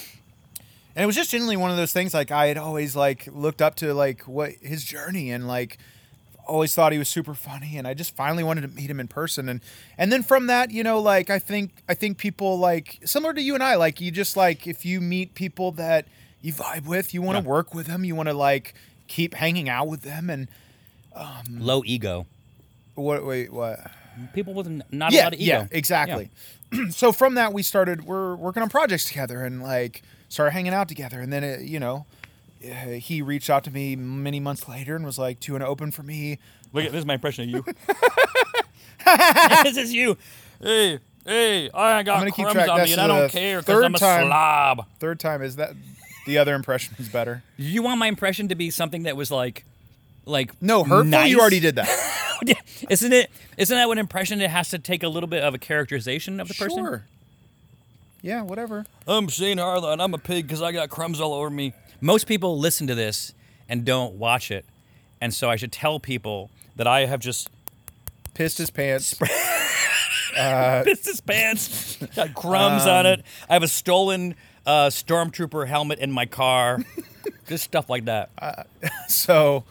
and it was just generally one of those things. Like I had always like looked up to like what his journey, and like always thought he was super funny, and I just finally wanted to meet him in person, and and then from that, you know, like I think I think people like similar to you and I, like you just like if you meet people that you vibe with, you want to
Yeah.
work with them, you want to like keep hanging out with them, and Mm-hmm.
Low ego.
what wait what.
People with n- not a
yeah,
lot of ego.
yeah, exactly. so from that, we started. We're working on projects together and like started hanging out together. And then it, you know, uh, he reached out to me many months later and was like, "Do you want to open for me?"
Look at this is my impression of you. this is you. Hey, hey, I got
gonna keep
crumbs
track.
on
That's
me, and I don't
the
care because
third
I'm a
time.
slob.
Third time is that the other impression is better.
You want my impression to be something that was like, like
No, hurtful.
nice?
You already did that.
isn't it? Isn't that what impression? It has to take a little bit of a characterization of the person.
Sure. Yeah, whatever.
I'm Shane Harlow, and I'm a pig because I got crumbs all over me. Most people listen to this and don't watch it, and so I should tell people that I have just
Pissed his pants.
pissed his pants, got crumbs on it. I have a stolen uh, stormtrooper helmet in my car, just stuff like that.
so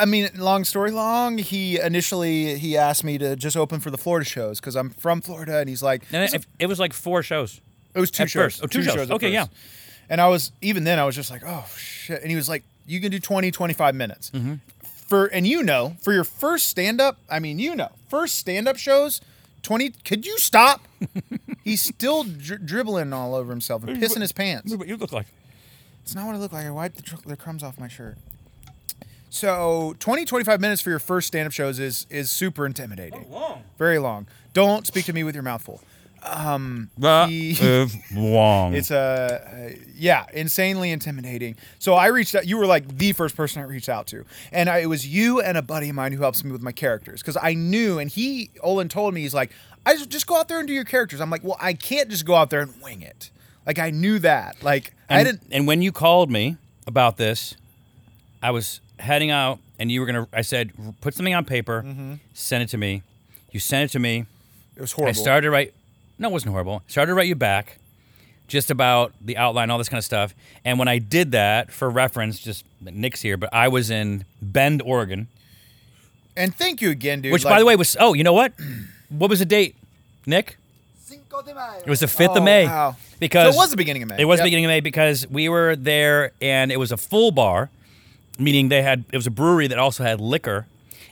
i mean long story long he initially he asked me to just open for the florida shows because i'm from florida and he's like
and it, it was like four shows.
It was two
At
shows.
first. Oh, two shows.
at
Okay, yeah.
And I was even then I was just like, "Oh shit." And he was like, "You can do 20 25 minutes."
Mm-hmm.
For and you know, for your first stand up, I mean, you know, first stand up shows, 20 Could you stop? He's still dri- dribbling all over himself and pissing his pants.
What you look like?
It's not what I look like. I wiped the, tr- the crumbs off my shirt. So 20, 25 minutes for your first stand-up shows is is super intimidating.
Oh,
long. Very long. Don't speak to me with your mouth full.
That
He-
long.
It's a uh, yeah, insanely intimidating. So I reached out. You were like the first person I reached out to, and I, it was you and a buddy of mine who helps me with my characters because I knew. And he Olin told me he's like, I just, just go out there and do your characters. I'm like, well, I can't just go out there and wing it. Like I knew that. Like I
and,
didn't.
and when you called me about this, I was heading out, and you were gonna. I said, put something on paper,
Mm-hmm.
send it to me. You sent it to me.
It was horrible.
I started to write. No, it wasn't horrible. Started to write you back, just about the outline, all this kind of stuff. And when I did that, for reference, just Nick's here, but I was in Bend, Oregon,
and thank you again, dude.
which,
Like-
by the way, was oh, you know what? what was the date, Nick?
Cinco de Mayo.
It was the fifth
Oh,
of May.
wow.
Because
So it was the beginning of May.
It was the
Yep.
beginning of May because we were there and it was a full bar, meaning they had it was a brewery that also had liquor,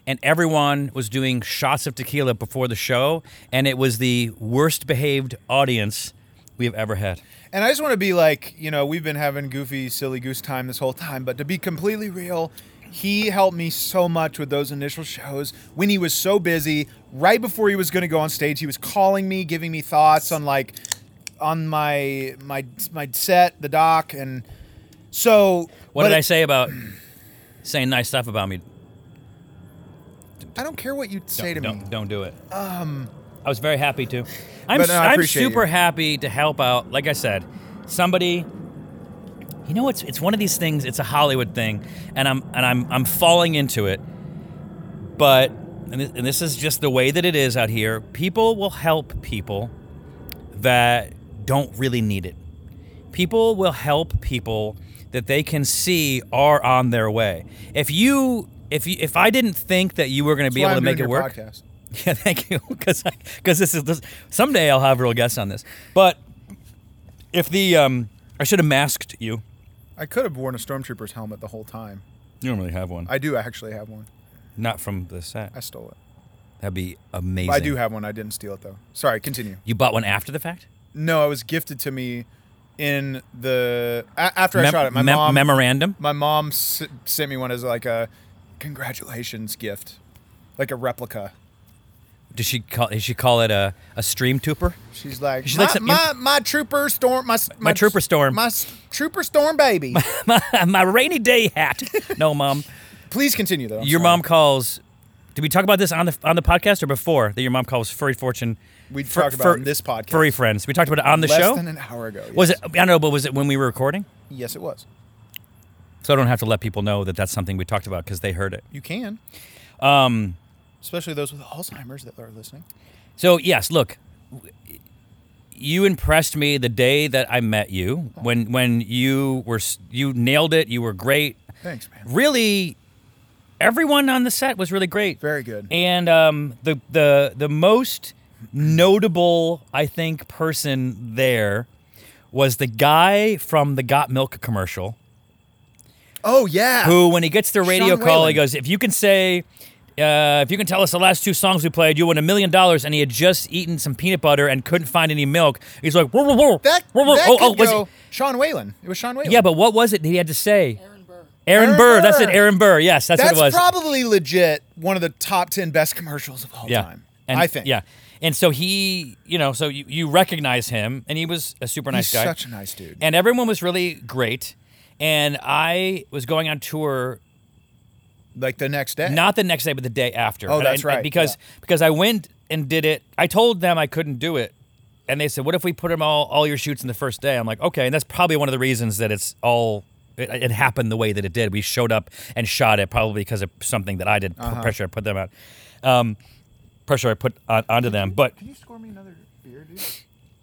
and everyone was doing shots of tequila before the show, and it was the worst behaved audience we have ever had.
And I just want to be like, you know, we've been having goofy, silly goose time this whole time, but to be completely real, he helped me so much with those initial shows when he was so busy. Right before he was going to go on stage, he was calling me, giving me thoughts on like on my my my set, the doc, and so.
What
but
did I
it-
say about saying nice stuff about me?
I don't care what you say to
don't,
me.
Don't do it. Um, I was very happy to. I'm,
But no, I
I'm
appreciate
super
you.
happy to help out. Like I said, somebody. You know, it's it's one of these things. It's a Hollywood thing, and I'm and I'm I'm falling into it. But and this, and this is just the way that it is out here. People will help people that don't really need it. People will help people that they can see are on their way. If you if you if I didn't think that you were going to be
That's why
able to
I'm
make it
doing your
work,
podcast.
yeah, thank you. Because because this is this, someday I'll have real guests on this. But if the um, I should have masked you.
I could have worn a stormtrooper's helmet the whole time.
You don't really have one.
I do actually have one.
Not from the set.
I stole it.
That'd be amazing.
I do have one. I didn't steal it though. Sorry. Continue.
You bought one after the fact.
No, it was gifted to me in the a- after I
Mem-
shot it. My
mem-
mom
memorandum.
My mom s- sent me one as like a congratulations gift, like a replica.
Does she call? Does she call it a a stream tuper?
She's like,
She
my,
likes it-
my, my trooper storm, my, s-
My trooper storm."
my s- trooper storm baby.
My rainy day hat. No, mom.
Please continue though. I'm
Your
sorry.
mom calls. Did we talk about this on the on the podcast or before that? Your mom calls furry fortune.
We
Fur-
talked about
fur-
it in this podcast.
Furry friends. We talked about it on the
less
show.
than an hour ago.
was
yes.
it? I don't know, but was it when we were recording?
Yes, it was.
So I don't have to let people know that that's something we talked about because they heard it.
You can, um,
Um,
especially those with Alzheimer's that are listening.
So yes, look, you impressed me the day that I met you. When when you were s- you nailed it. You were great.
Thanks, man.
Really, everyone on the set was really great.
Very good.
And um, the the the most notable, I think, person there was the guy from the Got Milk commercial.
Oh yeah.
Who, when he gets the radio
Sean
call, he
Whalen.
goes, "If you can say." Uh, if you can tell us the last two songs we played, you win a million dollars. And he had just eaten some peanut butter and couldn't find any milk. He's like, whoa, whoa, whoa.
That,
whoa, whoa,
that
oh,
could
oh, was
go.
it-
Sean Whalen. It was Sean Whalen.
yeah, but what was it that he had to say?
Aaron Burr.
Aaron,
Aaron
Burr, that's it,
Burr.
Aaron Burr. Yes, that's,
that's
what it was.
probably legit one of the top ten best commercials of all
yeah.
time.
And,
I think.
Yeah. And so he, you know, so you, you recognize him, and he was a super nice
he's
guy.
such a nice dude.
and everyone was really great. And I was going on tour
like the next day.
not the next day, but the day after.
Eh. Oh,
And-
that's
and-
right,
Because because I went and did it. I told them I couldn't do it, and they said, "What if we put them all all your shoots in the first day?" I'm like, "Okay," and that's probably one of the reasons that it's all. It, it happened the way that it did. We showed up and shot it probably because of something that I did, pr-
Uh-huh.
pressure I put them on, um, pressure I put on, onto them. But
Can you score me another beer, dude?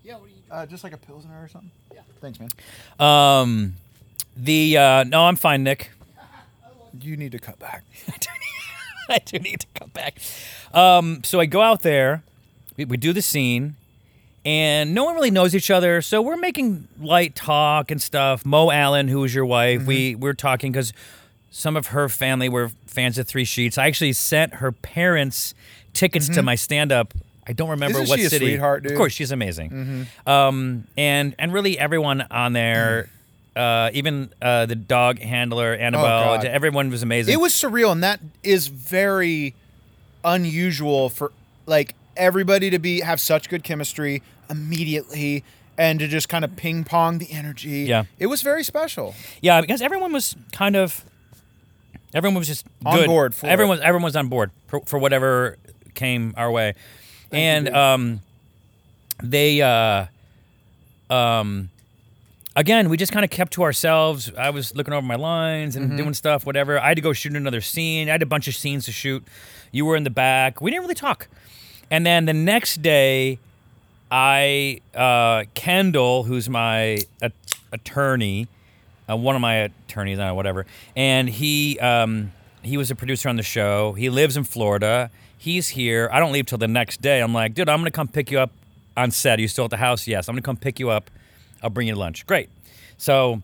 Yeah, what are you doing?
Uh, just like a pilsner or something. Yeah. Thanks, man.
um, the uh, no, I'm fine, Nick.
You need to cut back.
I do need to come back. Um, so I go out there, we, we do the scene, and no one really knows each other. So we're making light talk and stuff. Mo Allen, who is your wife, we
Mm-hmm.
we're talking because some of her family were fans of Three Sheets. I actually sent her parents tickets to my stand up. I don't remember
Mm-hmm. Isn't
what
she a
city.
sweetheart, dude? Mm-hmm.
Of course, she's amazing. Um, and and really everyone on there. Uh, even uh, the dog handler Annabelle,
Mm. Oh, God.
everyone was amazing.
It was surreal, and that is very unusual for like everybody to be have such good chemistry immediately, and to just kind of ping pong the energy.
Yeah.
it was very special.
Yeah, because everyone was kind of everyone was just
On
good.
board for
everyone was everyone was on board for, for whatever came our way, and um, they uh, um, again we just kind of kept to ourselves. I was looking over my lines
Mm-hmm.
and doing stuff, whatever. I had to go shoot another scene. I had a bunch of scenes to shoot. You were in the back. We didn't really talk, and then the next day. I uh, Kendall, who's my at- attorney, uh, one of my attorneys, uh, whatever, and he um, he was a producer on the show. He lives in Florida. He's here. I don't leave till the next day. I'm like, dude, I'm gonna come pick you up on set. Are you still at the house? Yes. I'm gonna come pick you up. I'll bring you lunch. Great. So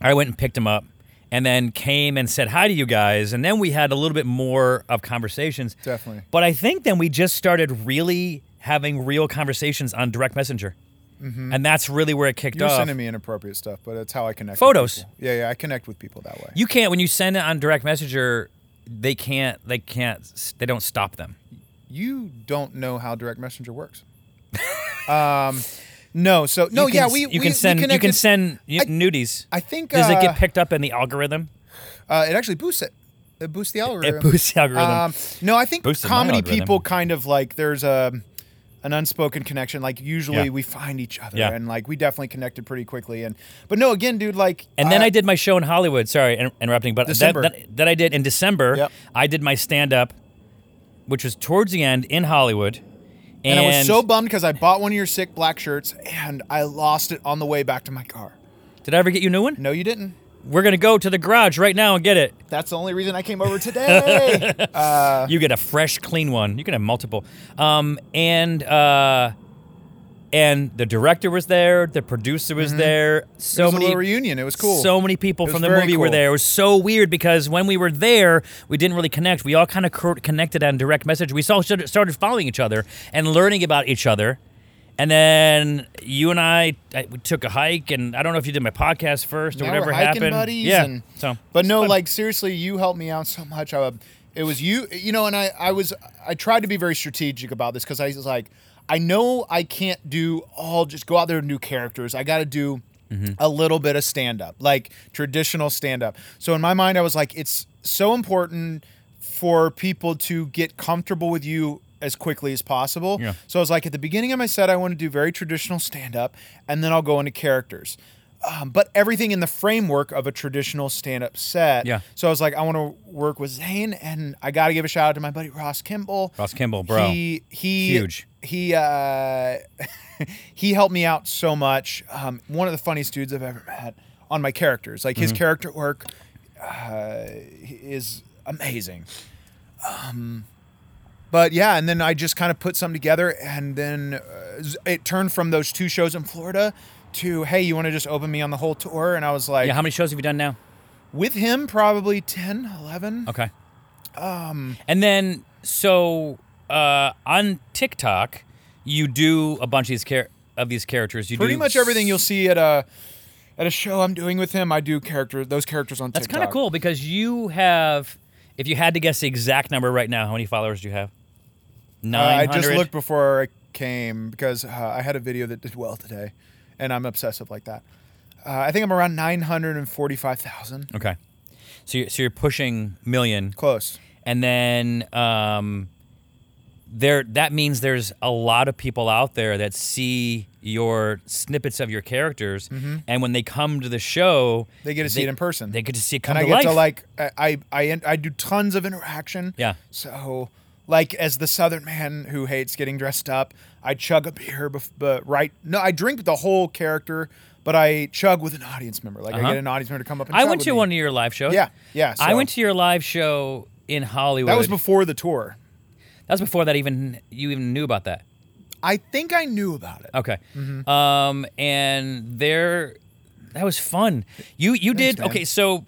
I went and picked him up and then came and said hi to you guys. And then we had a little bit more of conversations.
Definitely.
But I think then we just started really having real conversations on direct messenger. And that's really where it kicked
You're
off.
Mm-hmm. sending me inappropriate stuff, but it's how I connect. with
Photos.
people. yeah, yeah, I connect with people that way.
you can't when you send it on direct messenger, they can't they can't they don't stop them.
you don't know how direct messenger works. um, no, so no,
you can,
yeah,
s-
we
you
we- we
can send you can
connected-
send y-
I-
nudies.
I think
Does it
uh,
get picked up in the algorithm?
Uh, it actually boosts it. It boosts the algorithm.
It boosts the algorithm.
Um, no, I think
Boosted my
comedy
algorithm.
people kind of like there's a an unspoken connection. Like usually
Yeah.
we find each other,
Yeah.
and like we definitely connected pretty quickly. And but no, again, dude, like
And then I, did my show in Hollywood. Sorry, in- interrupting, but that,
December.
that, that I did in December.
Yep.
I did my stand up, which was towards the end in Hollywood. And,
and I was so bummed because I bought one of your sick black shirts and I lost it on the way back to my car.
Did I ever get you a new one?
No, you didn't.
We're gonna go to the garage right now and get it.
That's the only reason I came over today. uh,
You get a fresh, clean one. You can have multiple. Um, and uh, and the director was there. The producer was there. So
Mm-hmm. it was a
many
little reunion. It was cool.
So many people
It
from
was
the
very
movie were
cool.
there. It was so weird because when we were there, we didn't really connect. We all kind of cor- connected on direct message. We all started started following each other and learning about each other. And then you and I, I we took a hike, and I don't know if you did my podcast first or
Now
whatever
we're hiking
happened.
buddies
yeah.
and-
so,
But no,
fun.
like seriously, you helped me out so much. I, would- it was you, you know, and I, I was, I tried to be very strategic about this because I was like, I know I can't do all just go out there and do characters. I got to do
Mm-hmm.
a little bit of stand up, like traditional stand up. So in my mind, I was like, it's so important for people to get comfortable with you as quickly as possible.
Yeah.
So I was like, at the beginning of my set, I want to do very traditional stand up, and then I'll go into characters. Um, but everything in the framework of a traditional stand up set.
Yeah.
So I was like, I want to work with Zane, and I got to give a shout out to my buddy Ross Kimball.
Ross Kimball, bro.
He, he
Huge.
He uh, he helped me out so much. Um, one of the funniest dudes I've ever met on my characters. Like his
Mm-hmm.
character work uh, is amazing. Um, But yeah, and then I just kind of put some together, and then uh, z- it turned from those two shows in Florida to hey, you want to just open me on the whole tour? And I was like,
yeah, how many shows have you done now?
with him probably 10, 11.
Okay. Um, and then so uh, on TikTok, you do a bunch of these char- of these characters. You
Pretty
do
much everything you'll see at a at a show I'm doing with him, I do character those characters on
That's
TikTok.
kind of cool because you have. If you had to guess the exact number right now, how many followers do you have?
Uh, I
Nine hundred.
just looked before I came because uh, I had a video that did well today, and I'm obsessive like that. Uh, I think I'm around nine hundred and forty-five thousand.
Okay. So you're, so you're pushing million.
Close.
and then um, there that means there's a lot of people out there that see your snippets of your characters, and when they come to the show,
Mm-hmm. They get to see it in person.
They get to see it come
and
to
I get
life.
to like I I I, en- I do tons of interaction.
Yeah.
So like as the Southern man who hates getting dressed up, I chug a beer, bef- but right no, I drink the whole character, but I chug with an audience member. Like
Uh-huh.
I get an audience member to come up. and
I
chug
went
with
to
me.
one of your live shows.
Yeah, yeah,
I
so-
went to your live show in Hollywood.
That was before the tour.
That was before that even you even knew about that.
I think I knew about it.
Okay.
Mm-hmm.
Um, and there, that was fun. You you did
man.
okay. So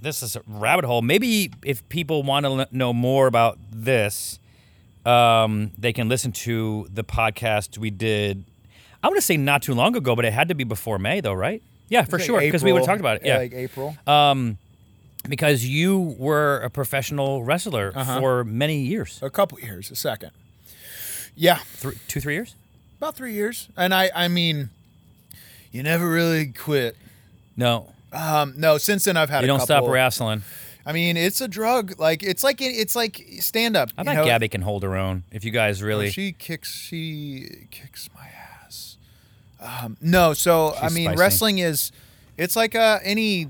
this is a rabbit hole. Maybe if people want to know more about this, um, they can listen to the podcast we did. I want to say not too long ago, but it had to be before May, though, right? Yeah, Uh, for
Like
sure, because we would have
April,
talked about it. Yeah, Uh,
like April.
because you were a professional wrestler
Uh-huh.
for many years,
a couple years, a second. Yeah,
Thr- two, three years.
about three years, and I I mean, you never really quit.
No,
Um, no, since then I've had
you
a
don't
couple.
stop wrestling.
I mean, it's a drug. Like it's like it's like stand up.
I bet Gabby can hold her own if you guys really.
She kicks. She kicks my ass. Um, no, so I
She's
mean,
spicy.
wrestling is. It's like uh, any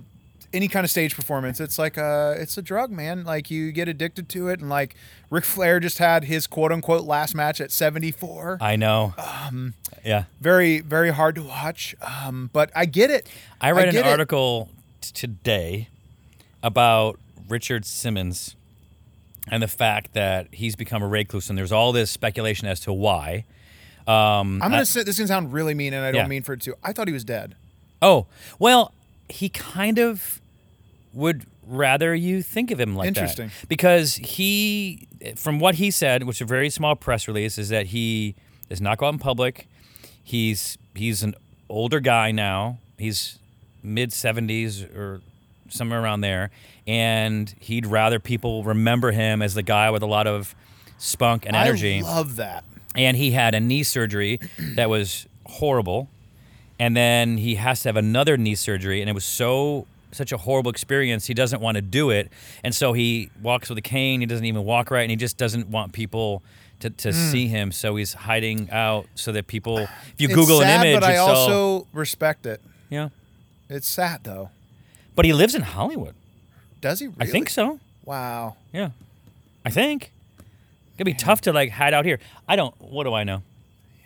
any kind of stage performance. It's like a it's a drug, man. Like you get addicted to it, and like Ric Flair just had his quote unquote last match at seventy four.
I know.
Um,
yeah,
Very very hard to watch, um, but I get it.
I read
get
an
it.
article t- today about Richard Simmons and the fact that he's become a recluse, and there's all this speculation as to why. Um,
I'm
I-
gonna say this is gonna sound really mean, and I don't
Yeah.
mean for it to. I thought he was dead.
oh, well, he kind of would rather you think of him like
Interesting.
that because he, from what he said, which is a very small press release, is that he does not go out in public. He's he's an older guy now. He's mid seventies or somewhere around there, and he'd rather people remember him as the guy with a lot of spunk and energy
I love that.
and he had a knee surgery that was horrible and then he has to have another knee surgery and it was so such a horrible experience he doesn't want to do it and so he walks with a cane he doesn't even walk right and he just doesn't want people to, to
Hmm.
see him so he's hiding out so that people if you google
it's sad,
an image
but I
it's all,
also respect it.
yeah
It's sad though.
but he lives in hollywood
Does he? Really?
i think so
Wow.
yeah i think it'd be tough to like hide out here i don't what do i know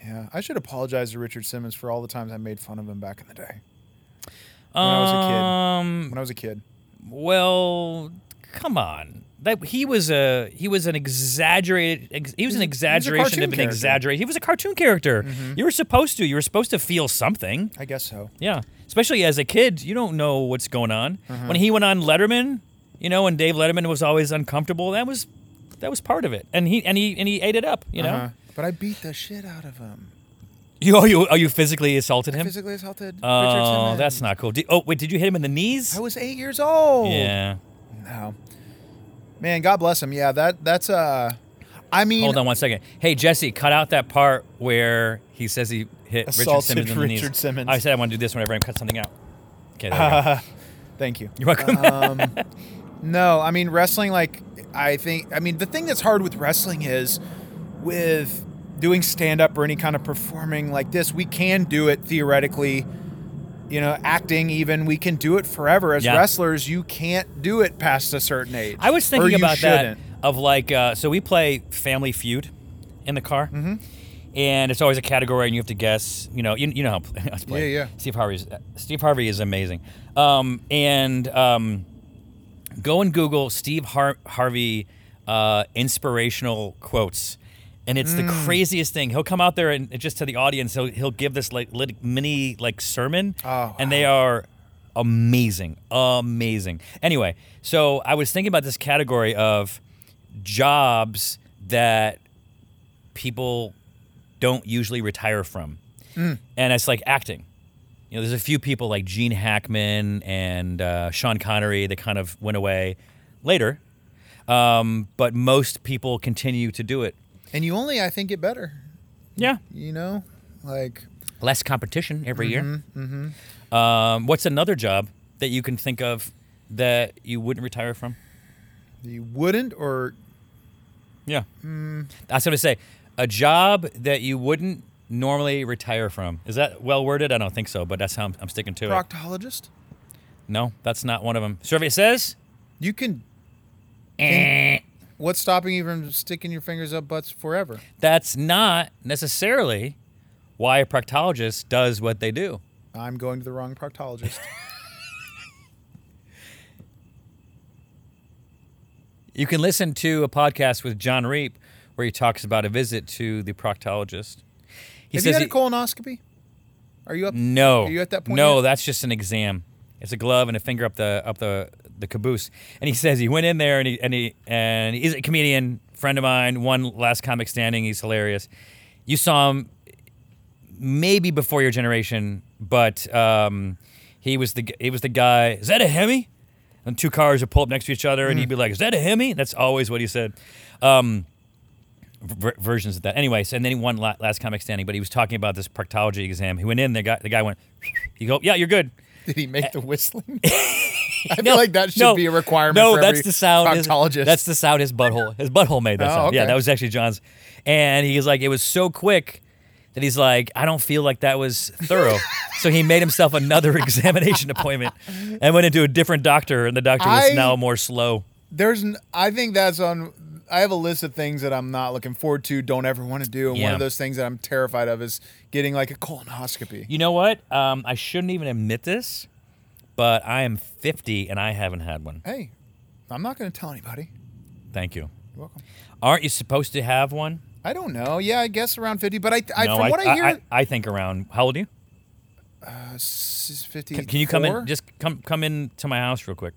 Yeah, I should apologize to Richard Simmons for all the times I made fun of him back in the day
when
I was a kid.
um
when I was a kid.
Well, come on. That he was a he was an exaggerated ex, he was an exaggeration
cartoon
of an
character. Mm-hmm.
exaggerate. He was a cartoon character. You were supposed to. You were supposed to feel something.
I guess so.
Yeah, especially as a kid, you don't know what's going on.
Mm-hmm.
When he went on Letterman, you know, and Dave Letterman was always uncomfortable. That was
Uh-huh.
that was part of it. And he and he and he ate it up. You know.
But I beat the shit out of him.
You oh you oh you physically assaulted him?
Physically assaulted. Richard
Oh,
Simmons.
that's not cool. Did, oh wait, did you hit him in the knees?
I oh. was eight years old.
Yeah.
No. Man, God bless him. Yeah, that that's uh I mean
Hold on one second. Hey Jesse, cut out that part where he says he hit Richard
Assaulted
Simmons in the knees.
Richard Simmons.
I said I want to do this whenever I cut something out. Okay, there we go.
Uh, thank you.
You're welcome.
Um, no, I mean wrestling. Like I think, I mean the thing that's hard with wrestling is with doing stand up or any kind of performing like this, we can do it theoretically. You know, acting even we can do it forever as
Yeah.
wrestlers. You can't do it past a certain age.
I was
Or
thinking
you
about
shouldn't.
that of like uh, so we play Family Feud in the car, mm-hmm. and it's always a category, and you have to guess. You know, you, you know how us play.
Yeah, yeah.
Steve Harvey's Steve Harvey is amazing, um, and um, go and Google Steve Har- Harvey uh, inspirational quotes. And it's the craziest thing. He'll come out there and just to the audience, he'll, he'll give this like lit, mini like sermon,
Oh,
and they are amazing, amazing. Anyway, so I was thinking about this category of jobs that people don't usually retire from, and it's like acting. You know, there's a few people like Gene Hackman and uh, Sean Connery that kind of went away later, um, but most people continue to do it.
and you only I think get better.
Yeah,
You know, like
less competition every year. Mm-hmm. Um, what's another job that you can think of that you wouldn't retire from?
you wouldn't or
Yeah, I was going to say a job that you wouldn't normally retire from. Is that well worded? I don't think so, but that's how I'm, I'm sticking to it.
proctologist.
No, that's not one of them. Survey says.
You can.
Eh.
what's stopping you from sticking your fingers up butts forever?
that's not necessarily why a proctologist does what they do.
I'm going to the wrong proctologist.
You can listen to a podcast with John Reap where he talks about a visit to the proctologist. He
Have you had
he- Mm.
a colonoscopy? Are you up?
no.
Are you at that point?
No,
yet?
that's just an exam. It's a glove and a finger up the up the the caboose. And he says he went in there and he and he and he's a comedian friend of mine. One last comic standing. He's hilarious. You saw him maybe before your generation, but um, he was the he was the guy. Is that a Hemi? And two cars would pull up next to each other,
Hmm.
and he'd be like, "Is that a Hemi?" That's always what he said. Um, ver- versions of that, anyways. And then he won la- last comic standing, but he was talking about this proctology exam. He went in, the guy the guy went, he go, "Yeah, you're good."
Did he make the whistling? I feel like that should
no,
be a requirement.
No,
for
that's
every
the sound. his-
Proctologist.
that's the sound his butthole. His butthole made that
Oh,
sound. Yeah,
okay.
that was actually John's. And he's like, it was so quick that he's like, I don't feel like that was thorough. so he made himself another examination appointment and went into a different doctor, and the doctor was
I-
now more slow.
there's. N- I think that's on. I have a list of things that I'm not looking forward to, don't ever want to do, and one
Yeah.
of those things that I'm terrified of is getting like a colonoscopy.
You know what? Um, I shouldn't even admit this, but I am 50 and I haven't had one.
hey, I'm not going to tell anybody.
Thank you.
You're welcome.
Aren't you supposed to have one?
I don't know. Yeah, I guess around 50, but I, I
no,
from
I,
what I, hear,
I, I think around. How old are you?
s- 50.
Can you come in? Just come come in to my house real quick.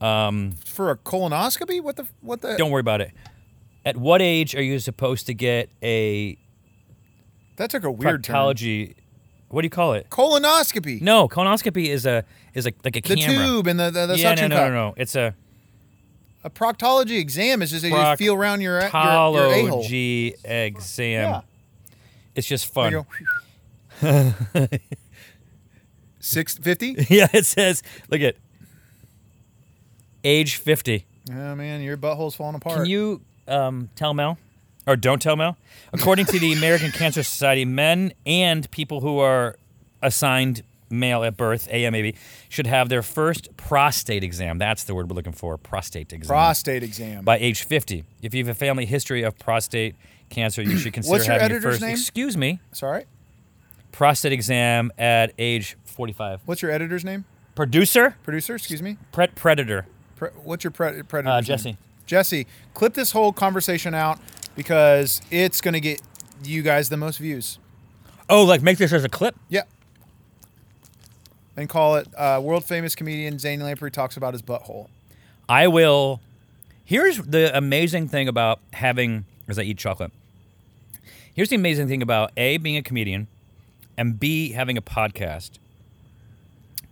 for a colonoscopy? What the what the
Don't worry about it. At what age are you supposed to get a
That took a weird turn.
proctology? What do you call it?
Colonoscopy.
No, colonoscopy is a is a like a
the
camera.
tube and the the, the
yeah, no,
suction
no,
cup.
no, no. It's a
A proctology exam is just that you feel around your your, your a hole.
proctology exam.
Yeah.
It's just
There
fun.
you go. Six fifty?
yeah, it says look at age fifty.
Oh man, your butthole's falling apart.
Can you um, tell Mel? Or don't tell Mel? According to the American Cancer Society, men and people who are assigned male at birth, AM maybe, should have their first prostate exam. That's the word we're looking for prostate exam.
prostate exam?
by age 50. If you have a family history of prostate cancer, you should consider
What's your
having
editor's
first,
name?
excuse me,
Sorry.
prostate exam at age 45.
What's your editor's name?
Producer?
Producer, excuse me.
Pre- predator.
Pre- what's your pre- predator?
Uh, Jesse.
Jesse, clip this whole conversation out because it's gonna get you guys the most views.
Oh, like make this as a clip?
Yeah. And call it uh, world famous comedian Zane Lamprey talks about his butthole.
I will. Here's the amazing thing about having as I eat chocolate Here's the amazing thing about A, being a comedian, and B, having a podcast,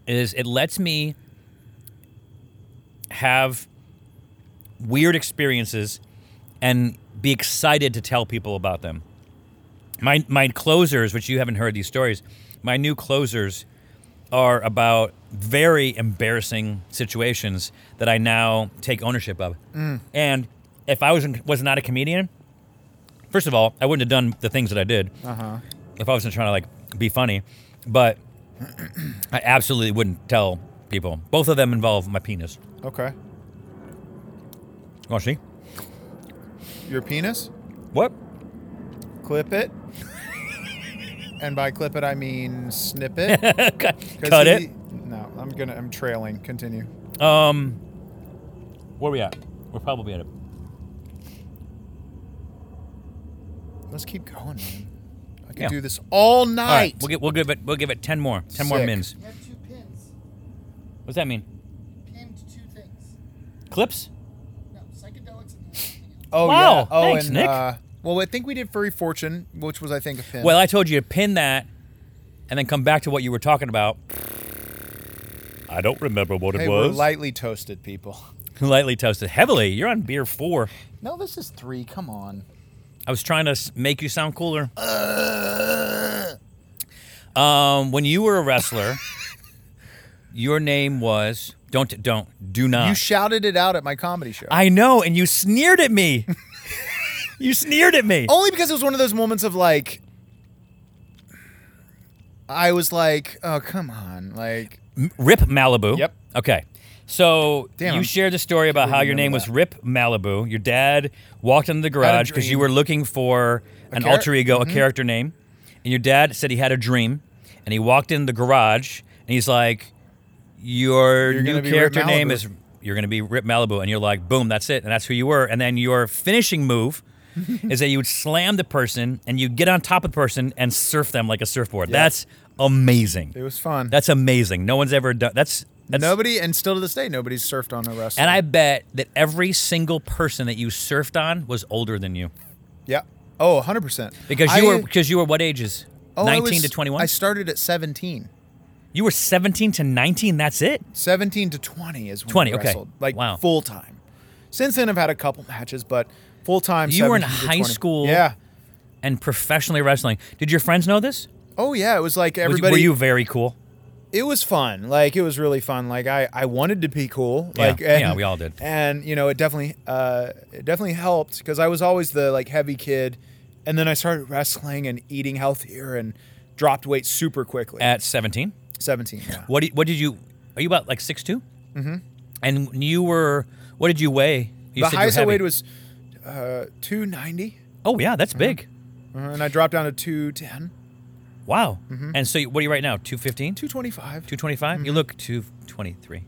is it lets me have weird experiences and be excited to tell people about them. My, my closers, which you haven't heard these stories, my new closers are about very embarrassing situations that I now take ownership of. And if I was, was not a comedian, first of all, I wouldn't have done the things that I did if I wasn't trying to like be funny. But I absolutely wouldn't tell people. Both of them involve my penis.
Okay.
You want to see?
Your penis?
What?
Clip it. and by clip it, I mean snip it.
Cut it.
No, I'm gonna. I'm trailing. Continue.
Um, where we at? We're probably at it.
Let's keep going, man. I could
Yeah.
do this all night.
All right, we'll get we'll give it we'll give it ten more ten more
Sick.
mins.
You have two pins.
What's that mean?
Pinned two things.
Clips?
No, psychedelics and then something else.
oh
Wow,
yeah. Oh,
thanks,
and
Nick.
Uh, well, I think we did furry fortune, which was I think a pin.
Well, I told you to pin that, and then come back to what you were talking about. I don't remember what
hey, we're lightly toasted people.
Lightly toasted, heavily. You're on beer four.
No, this is three. Come on.
I was trying to s- make you sound cooler. Um, when you were a wrestler, your name was don't don't do not.
You shouted it out at my comedy show.
I know, and you sneered at me. you sneered at me.
Only because it was one of those moments of like, I was like, oh come on, like
M- Rip Malibu.
Yep.
Okay. So
Damn,
you
I'm-
shared the story about how your
remember
name was
that.
Rip Malibu. Your dad walked into the garage because you
dream.
were looking for an
char- Mm-hmm.
alter ego, a character name, and your dad said he had a dream, and he walked in the garage and he's like, "Your
You're
new
gonna be Rip
character name
Malibu."
is you're going to be Rip Malibu," and you're like, "Boom, that's it," and that's who you were. And then your finishing move. is that you would slam the person and you get on top of the person and surf them like a surfboard. That's amazing.
it was fun.
That's amazing. No one's ever done. That's that's.
Nobody, and still to this day, nobody's surfed on a wrestler.
And I bet that every single person that you surfed on was older than you
yeah, oh, 100 percent. oh,
because you were because you were what ages? Nineteen to twenty-one.
I started at 17.
you were seventeen to nineteen. That's it.
17 to 20 is when
20,
I
okay.
wrestled, like
Wow.
full time. Since then, I've had a couple matches, but full time.
You were in
17 to
high
20.
school?
Yeah.
And professionally wrestling. Did your friends know this?
Oh yeah, it was like
Was-
everybody.
were you very cool?
it was fun. Like it was really fun. Like I, I wanted to be cool.
Yeah.
Like and,
Yeah, we all did.
And you know, it definitely, uh, it definitely helped because I was always the like heavy kid, and then I started wrestling and eating healthier and dropped weight super quickly.
At seventeen,
17. Yeah.
what did, what did you? Are you about like six two? Mm-hmm. And you were what did you weigh? You
the
said you were
highest I
heavy.
weighed was uh, 290,
Oh yeah, that's big.
uh, and I dropped down to 210,
Wow.
Mm-hmm.
And so you- what are you right now? Two fifteen.
225.
225
Mm-hmm.
you look 223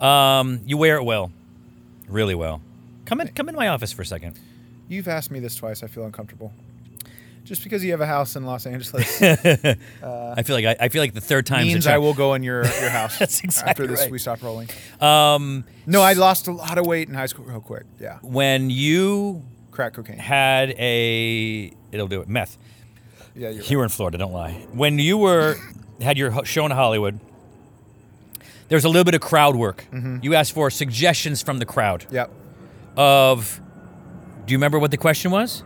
um you wear it well really well come in come in my office for a second
You've asked me this twice. I feel uncomfortable. Just because you have a house in Los Angeles
i feel like I, I feel like the third time
Uh, means I will go in your, your house.
That's exactly
After this,
right.
we stop rolling.
um
No, I lost a lot of weight in high school real quick. Yeah.
when you
Crack cocaine.
had a it'll do it meth
Yeah, you're right.
you were in florida don't lie when you were had your ho- show in hollywood there was a little bit of crowd work
Mm-hmm.
you asked for suggestions from the crowd
Yep.
of do you remember what the question was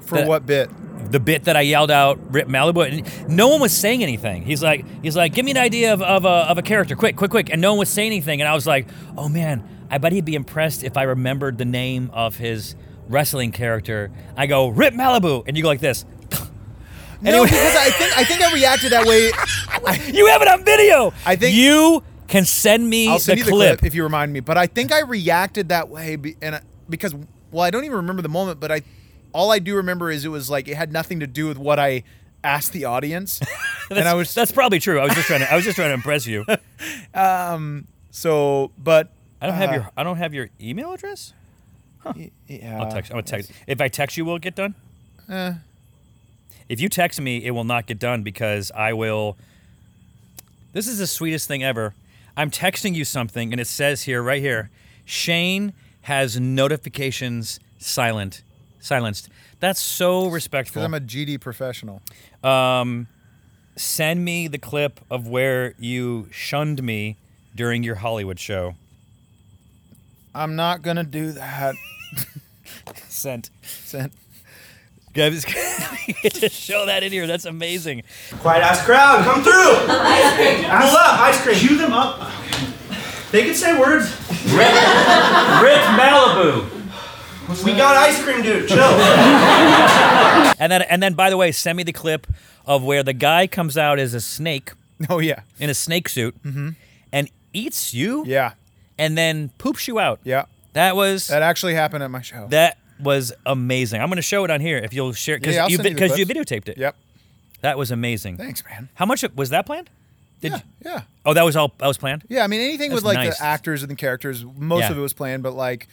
For
That-
what bit?
the bit that I yelled out, Rip Malibu, and no one was saying anything. He's like, he's like, give me an idea of, of, a, of a character, quick, quick, quick. And no one was saying anything. And I was like, oh man, I bet he'd be impressed if I remembered the name of his wrestling character. I go, Rip Malibu. And you go like this,
No, because I think I think I reacted that way. I,
you have it on video.
I think-
you can send me
I'll send
the,
you the
clip.
clip if you remind me. But I think I reacted that way, be, and I, because well, I don't even remember the moment, but I all I do remember is it was like it had nothing to do with what I asked the audience, and I was
That's probably true. I was just trying to, I was just trying to impress you. I
so. But
don't have
Uh-huh.
your, I don't have your email address.
yeah,
I'll text. I'm gonna text. If I text you, will it get done?
Eh.
If you text me, it will not get done because I will. This is the sweetest thing ever. I'm texting you something, and it says here, right here, Shane has notifications silent. silenced. That's so respectful.
Because I'm a GD professional.
Send me the clip of where you shunned me during your Hollywood show.
I'm not gonna do that.
Sent.
Sent.
Guys, you get to show that in here. That's amazing.
Quiet ass crowd, come through! Ice cream! Pull up, ice cream! Cue them up. They can say words.
Rip Malibu.
We got ice cream, dude, chill.
And then, and then, by the way, send me the clip of where the guy comes out as a snake
Oh yeah,
in a snake suit and eats you,
Mm-hmm. yeah,
and then poops you out.
yeah.
That was
That actually happened at my show.
that was amazing. I'm going to show it on here if you'll share because
Yeah, I'll
you
send
vi-
you the
'cause you
clips.
videotaped it.
yep.
That was amazing.
Thanks, man.
How much was that planned? Did
yeah,
you-
yeah,
oh, that was all. That was planned.
yeah. I mean, anything
That's
with like
nice.
the actors and the characters, most
Yeah.
of it was planned. But like,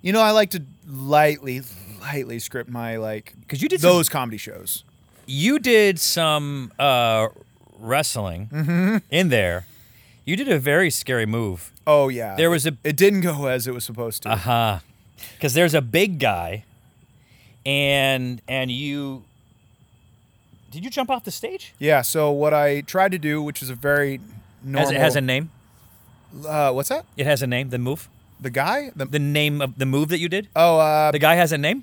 you know, I like to lightly, lightly script my like
'Cause you did some-
those comedy shows.
You did some uh, wrestling
Mm-hmm.
in there. You did a very scary move.
Oh yeah.
There was a- Ah.
It didn't go as it was supposed to.
because there's a big guy, and and you did you jump off the stage?
Yeah. So what I tried to do, which is a very
Has
normal.
it has a name?
Uh, what's that?
It has a name. The move,
The guy. The,
the name of the move that you did.
oh, uh,
The
the,
guy has a name.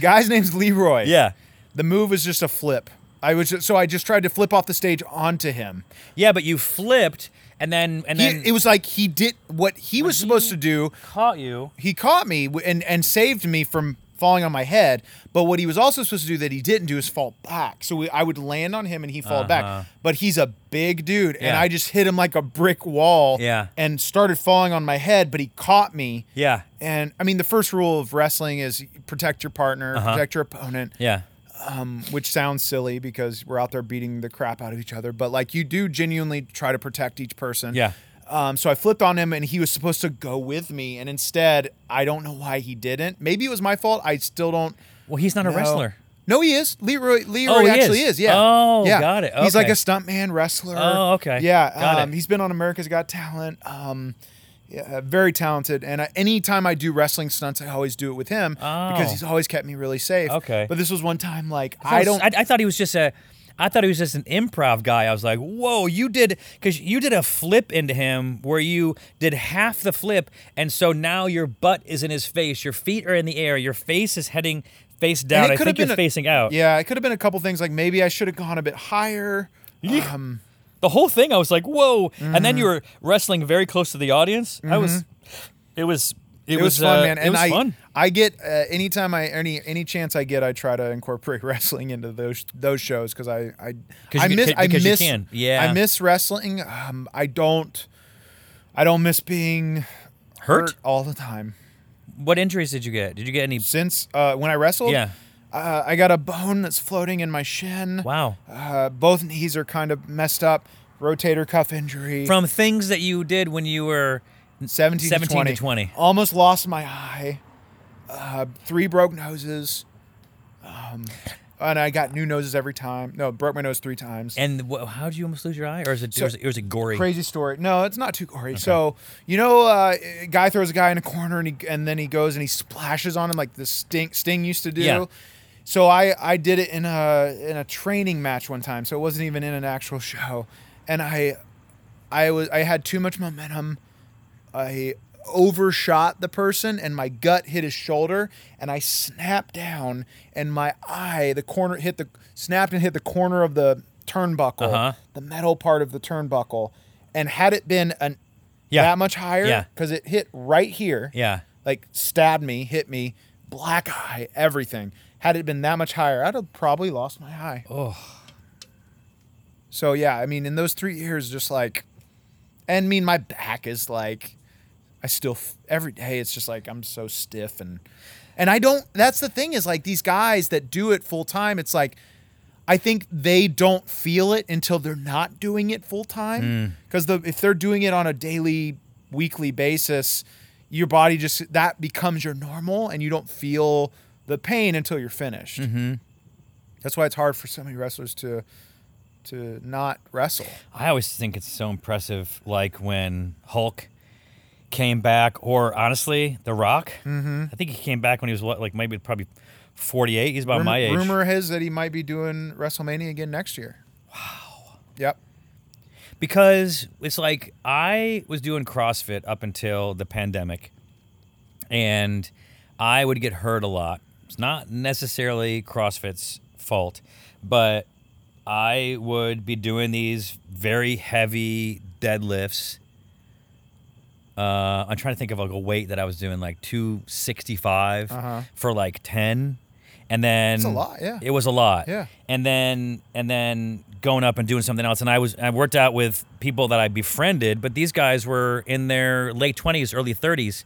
guy's name's Leroy.
Yeah,
The move is just a flip. I was just, so I just tried to flip off the stage onto him.
yeah, but you flipped, and then and
He,
then
it was like he did what he was supposed to do.
caught you.
He caught me w- and and saved me from falling on my head. But what he was also supposed to do that he didn't do is fall back. So we, I would land on him and he fall back. But he's a big dude, and
Uh-huh. Yeah.
I just hit him like a brick wall.
Yeah.
and started falling on my head, but he caught me.
Yeah,
And I mean, the first rule of wrestling is protect your partner,
Uh-huh.
protect your opponent,
yeah,
which sounds silly because we're out there beating the crap out of each other. But like, you do genuinely try to protect each person.
Yeah.
Um, so I flipped on him, and he was supposed to go with me, and instead, I don't know why he didn't. Maybe it was my fault. I still don't.
Well, he's not a
know.
wrestler.
No, he is. Leroy. Leroy
Oh, he
actually
is?
is. Yeah.
Oh,
yeah.
got it.
He's like
Okay.
a stuntman wrestler.
Oh, okay.
Yeah.
Got
um,
it.
He's been on America's Got Talent. Um, yeah, very talented. And I, anytime I do wrestling stunts, I always do it with him
Oh.
because he's always kept me really safe.
Okay.
But this was one time like I don't.
I, I thought he was just a. I thought he was just an improv guy. I was like, "Whoa, you did because you did a flip into him where you did half the flip, and so now your butt is in his face, your feet are in the air, your face is heading face
and
down. I
could have
think you're
been a-
facing out.
Yeah, it could have been a couple things like maybe I should have gone a bit higher. Um,
The whole thing, I was like, "Whoa!" And
Mm-hmm.
then you were wrestling very close to the audience. I was. It was. It,
Mm-hmm. it, was, fun,
uh,
man.
it
And
was
I,
fun.
I get uh, anytime I any any chance I get, I try to incorporate wrestling into those those shows because I I
'Cause
I
you
miss
can-
I
because you
miss
can. Yeah.
I miss wrestling. Um, I don't I don't miss being
Hurt?
all the time.
What injuries did you get? Did you get any?
Since uh, when I wrestled,
Yeah.
uh, I got a bone that's floating in my shin.
Wow.
Uh, both knees are kind of messed up. Rotator cuff injury.
From things that you did when you were
17,
17
to,
to
20.
20.
Almost lost my eye. Uh, three broke noses. Um, and I got new noses every time. No, broke my nose three times.
And wh- how did you almost lose your eye? Or is it,
So-
or is it, or is it gory?
Crazy story. No, it's not too gory. So you know, uh, a guy throws a guy in a corner, and he and then he goes and he splashes on him like the sting sting used to do.
Yeah.
So I I did it in a in a training match one time. So it wasn't even in an actual show, and I I was I had too much momentum. I overshot the person and my gut hit his shoulder and I snapped down and my eye the corner hit the snapped and hit the corner of the turnbuckle
Uh-huh.
the metal part of the turnbuckle and had it been an
Yeah.
that much higher
Yeah.
cuz it hit right here
Yeah.
like stabbed me hit me black eye everything had it been that much higher I'd have probably lost my eye oh so yeah I mean in those 3 years just like and I mean my back is like I still f- every day it's just like I'm so stiff and and I don't that's the thing is like these guys that do it full time it's like I think they don't feel it until they're not doing it full
Mm.
time cuz the if they're doing it on a daily weekly basis your body just that becomes your normal and you don't feel the pain until you're finished.
Mm-hmm.
That's why it's hard for so many wrestlers to to not wrestle.
I always think it's so impressive, like when Hulk came back, or honestly, The Rock. Mm-hmm. I think he came back when he was what, like maybe probably forty-eight. He's about
Rumor,
my age.
rumor has that he might be doing WrestleMania again next year. Wow. Yep.
because it's like I was doing CrossFit up until the pandemic, and I would get hurt a lot. It's not necessarily CrossFit's fault, but I would be doing these very heavy deadlifts. Uh, I'm trying to think of like a weight that I was doing like 265
Uh-huh.
for like 10, and then
That's a lot, yeah.
It was a lot,
Yeah.
and then and then going up and doing something else. And I was I worked out with people that I befriended, but these guys were in their late twenties, early thirties,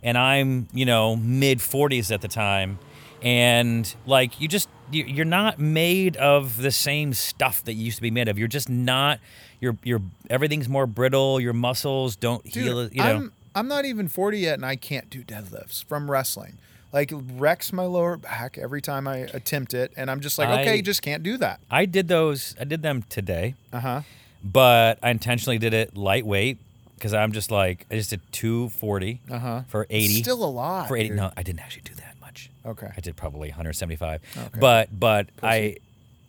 and I'm you know mid forties at the time, and like you just you- you're not made of the same stuff that you used to be made of. You're just not. Your your everything's more brittle. Your muscles don't
Dude,
heal. You know.
I'm I'm not even 40 yet, and I can't do deadlifts from wrestling. Like it wrecks my lower back every time I attempt it, and I'm just like,
I-
okay, you just can't do that.
I did those. I did them today.
Uh huh.
but I intentionally did it lightweight because I'm just like I just did 240
Uh-huh.
for 80
Still a lot.
for 80.
dude.
No, I didn't actually do that much.
Okay.
I did probably 175, but but I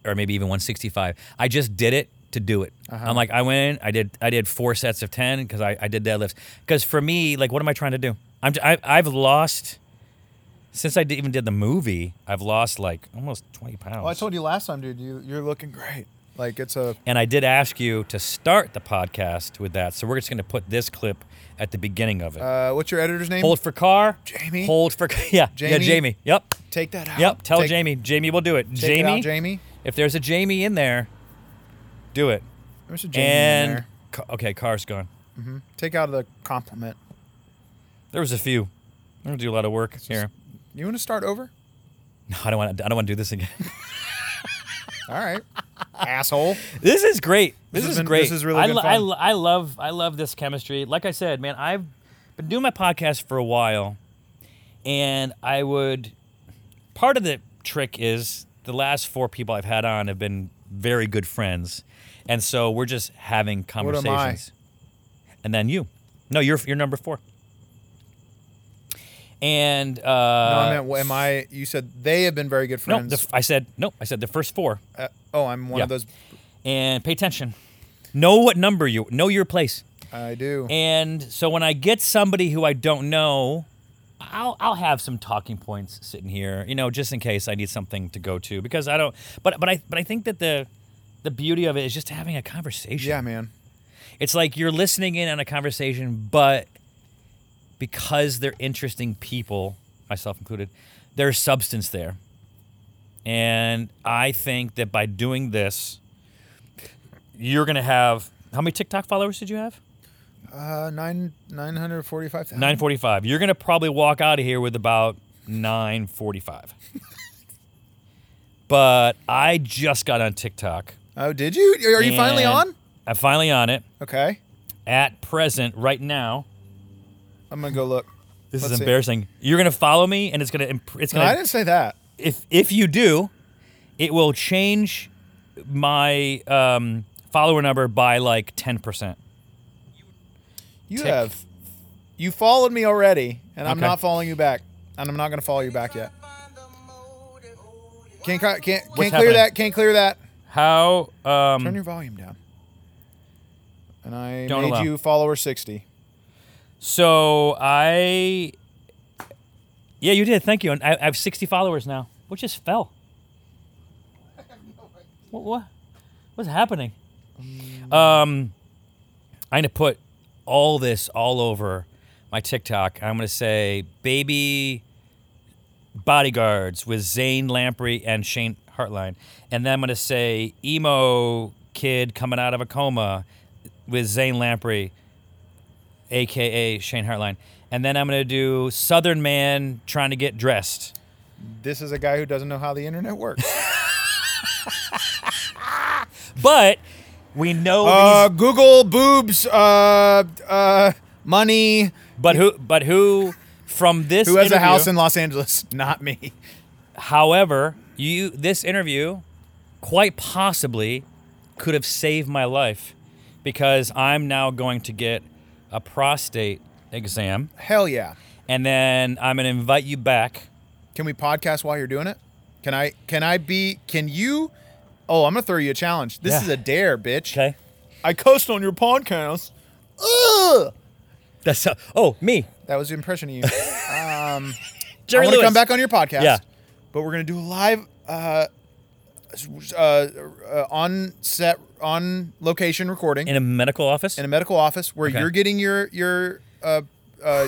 or maybe even 165. I just did it to do it.
Uh-huh.
I'm like I went. in, I did I did four sets of 10 because I I did deadlifts because for me like what am I trying to do? I'm j- I, am i have lost. Since I did, even did the movie, I've lost like almost 20 pounds.
Well, Oh, I told you last time, dude. You you're looking great. Like it's a
And I did ask you to start the podcast with that. So we're just going to put this clip at the beginning of it.
uh, what's your editor's name?
hold for car.
Jamie?
Hold for yeah. Yeah,
Jamie?
Jamie. Yep.
Take that out.
Yep. Tell
Take-
Jamie. Jamie will do it.
take it
Jamie.
out, Jamie.
If there's a Jamie in there, do it.
There's a Jamie in
and
there.
Ca- okay, car's gone.
Take out the compliment.
There was a few. I'm gonna do a lot of work here.
You want to start over?
No, I don't want. I don't want to do this again.
All right, asshole.
This is great. This,
This has
is
been-
great.
this is really
I,
good
lo- I,
fun.
lo- I love I love this chemistry. Like I said, man, I've been doing my podcast for a while, and I would part of the trick is the last four people I've had on have been very good friends, and so we're just having
am I?
conversations. And then you, no, you're you're number four. And uh,
No, I meant, well, am I? You said they have been very good
no,
friends.
the, f- I said no. I said the first four,
uh, oh, I'm one
Yeah.
of those.
and pay attention. Know what number you know your place.
I do.
And so when I get somebody who I don't know, I'll I'll have some talking points sitting here, you know, just in case I need something to go to because I don't. But but I but I think that the the beauty of it is just having a conversation.
yeah, man.
It's like you're listening in on a conversation, but because they're interesting people, myself included, there's substance there. And I think that by doing this, you're gonna have how many TikTok followers did you have?
Uh, nine nine hundred forty-five thousand.
Nine forty-five. You're gonna probably walk out of here with about nine forty-five. but I just got on TikTok.
Oh, did you? Are you finally
and
on?
I'm finally on it.
Okay,
At present, right now,
I'm gonna go look.
this
Let's
is
see.
embarrassing. You're gonna follow me, and it's gonna imp- it's
No, I
gonna
didn't say that.
if if you do, it will change my um, follower number by like ten percent.
You
Tick.
have. You followed me already, and I'm
Okay.
not following you back, and I'm not gonna follow you back yet. Can't ca- can't can't clear
happening?
that. Can't clear that.
How
Turn
um,
your volume down. And I
Don't
made
allow.
you follower sixty.
So I, yeah, you did. Thank you. And I, I have 60 followers now, which just fell. What? What? What's happening? Um, I'm gonna put all this all over my TikTok. I'm gonna say baby bodyguards with Zane Lamprey and Shane Hartline, and then I'm gonna say emo kid coming out of a coma with Zane Lamprey aka Shane Hartline. And then I'm gonna do Southern Man trying to get dressed.
This is a guy who doesn't know how the internet works.
But we know
uh,
these,
Google boobs. Uh, uh, money.
but who but who from this
Who has a
interview-
house in Los Angeles? Not me.
however, you this interview quite possibly could have saved my life because I'm now going to get a prostate exam,
Hell yeah.
and then I'm gonna invite you back.
Can we podcast while you're doing it? Can I can I be can you Oh, I'm gonna throw you a challenge. This
Yeah.
is a dare, bitch.
Okay.
I cussed on your podcast. Ugh!
That's oh me,
That was the impression of you. I
Jerry
want to
Lewis.
come back on your podcast.
Yeah.
But we're gonna do a live uh, s- uh, uh, on set on location recording
in a medical office
in a medical office where
Okay.
you're getting your your uh, uh,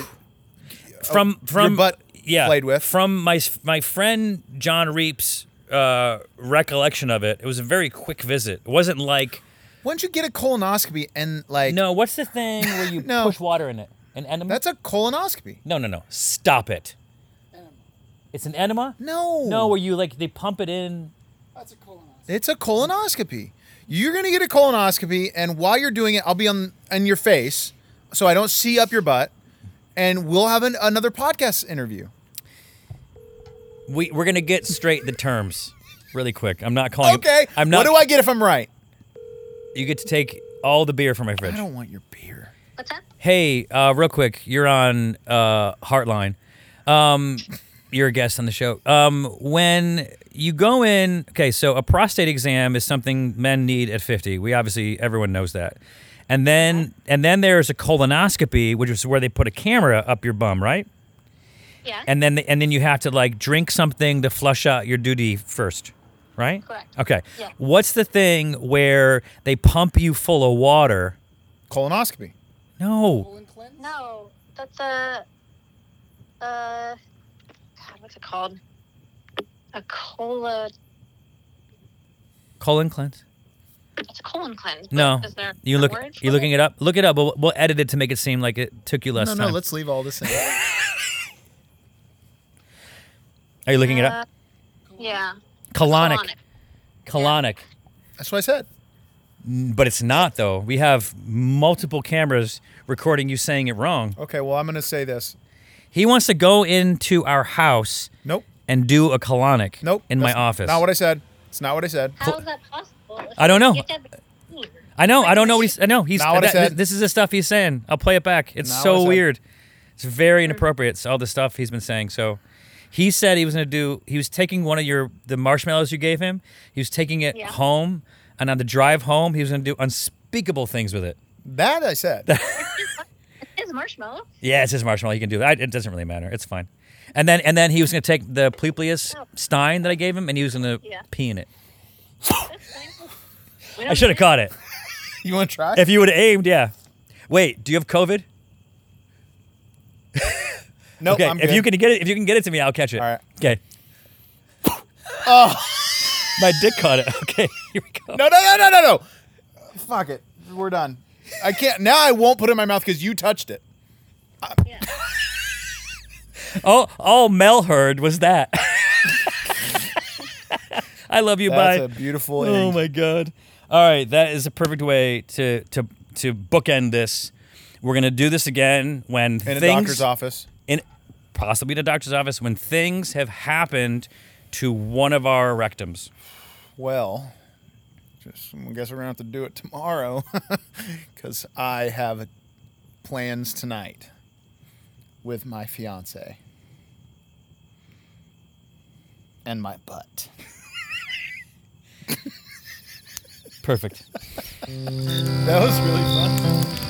from from
Oh, butt
yeah
played with.
from my my friend John Reap's uh, recollection of it. It was a very quick visit. It wasn't like
why don't you get a colonoscopy and like
no. What's the thing where you
No.
push water in it? An enema?
that's a colonoscopy.
no, no, no. Stop it. It's an enema.
No.
No, where you like they pump it in.
That's a colonoscopy.
It's a colonoscopy. You're gonna get a colonoscopy, and while you're doing it, I'll be on on your face, so I don't see up your butt, and we'll have an, another podcast interview.
We we're gonna get straight the terms really quick. I'm not calling.
Okay.
I'm not.
What do I get if I'm right?
You get to take all the beer from my fridge.
I don't want your beer.
What's up?
Hey, uh, real quick, you're on uh, Heartline. Um, you're a guest on the show. Um, when you go in, okay, so a prostate exam is something men need at 50. We obviously everyone knows that. And then and then there's a colonoscopy, which is where they put a camera up your bum, right?
Yeah.
And then and then you have to like drink something to flush out your duty first, right?
Correct.
Okay.
Yeah.
What's the thing where they pump you full of water?
Colonoscopy.
No.
Colon cleanse?
no, that's a. Uh, God, what's it called? A cola.
Colon cleanse?
It's a colon cleanse. but
No.
Is there
you
a
look.
word for
You looking it up? Look it up. We'll, we'll edit it to make it seem like it took you less
no,
time.
no. Let's leave all this in.
Are you looking it
Uh,
up?
Yeah.
Colonic.
Colonic.
Colonic.
That's what I said.
But it's not though. We have multiple cameras recording you saying it wrong.
Okay. Well, I'm gonna say this.
He wants to go into our house
Nope.
and do a colonic.
Nope.
In my
That's
office.
Not what I said. It's not what I said.
How is that possible? If
I don't know.
you get that before?
I know. I don't know what he's. I know he's.
Not what I
that-
said.
This is the stuff he's saying. I'll play it back. It's
Not what I
so
said.
weird. It's very inappropriate. It's all the stuff he's been saying. So, he said he was gonna do. He was taking one of your the marshmallows you gave him. He was taking it
Yeah.
home, and on the drive home, he was gonna do unspeakable things with it.
That I said.
It is marshmallow.
Yeah, it's his marshmallow. You can do that. It doesn't really matter. It's fine. And then and then he was gonna take the Pleplius Stein that I gave him, and he was gonna
Oh. Yeah.
pee in it.
That's fine. We
I
don't
should have
care.
caught it.
you want to try?
If you would have aimed, yeah. Wait, do you have COVID?
no.
Okay,
I'm
if
good.
you can get it, if you can get it to me, I'll catch it.
All right.
Okay. Oh, my dick caught it. Okay, here we go.
No, no, no, no, no, no. Uh, Fuck it. We're done. I can't. Now I won't put it in my mouth because you touched it.
Yeah.
All, all Mel heard was that. I love you.
That's
bye.
a beautiful.
oh
end.
my god. All right, that is a perfect way to to to bookend this. We're gonna do this again when
In a
things
doctor's office.
in possibly the doctor's office when things have happened to one of our rectums.
Well, just I guess we're gonna have to do it tomorrow because I have plans tonight with my fiance and my butt.
Perfect.
That was really fun.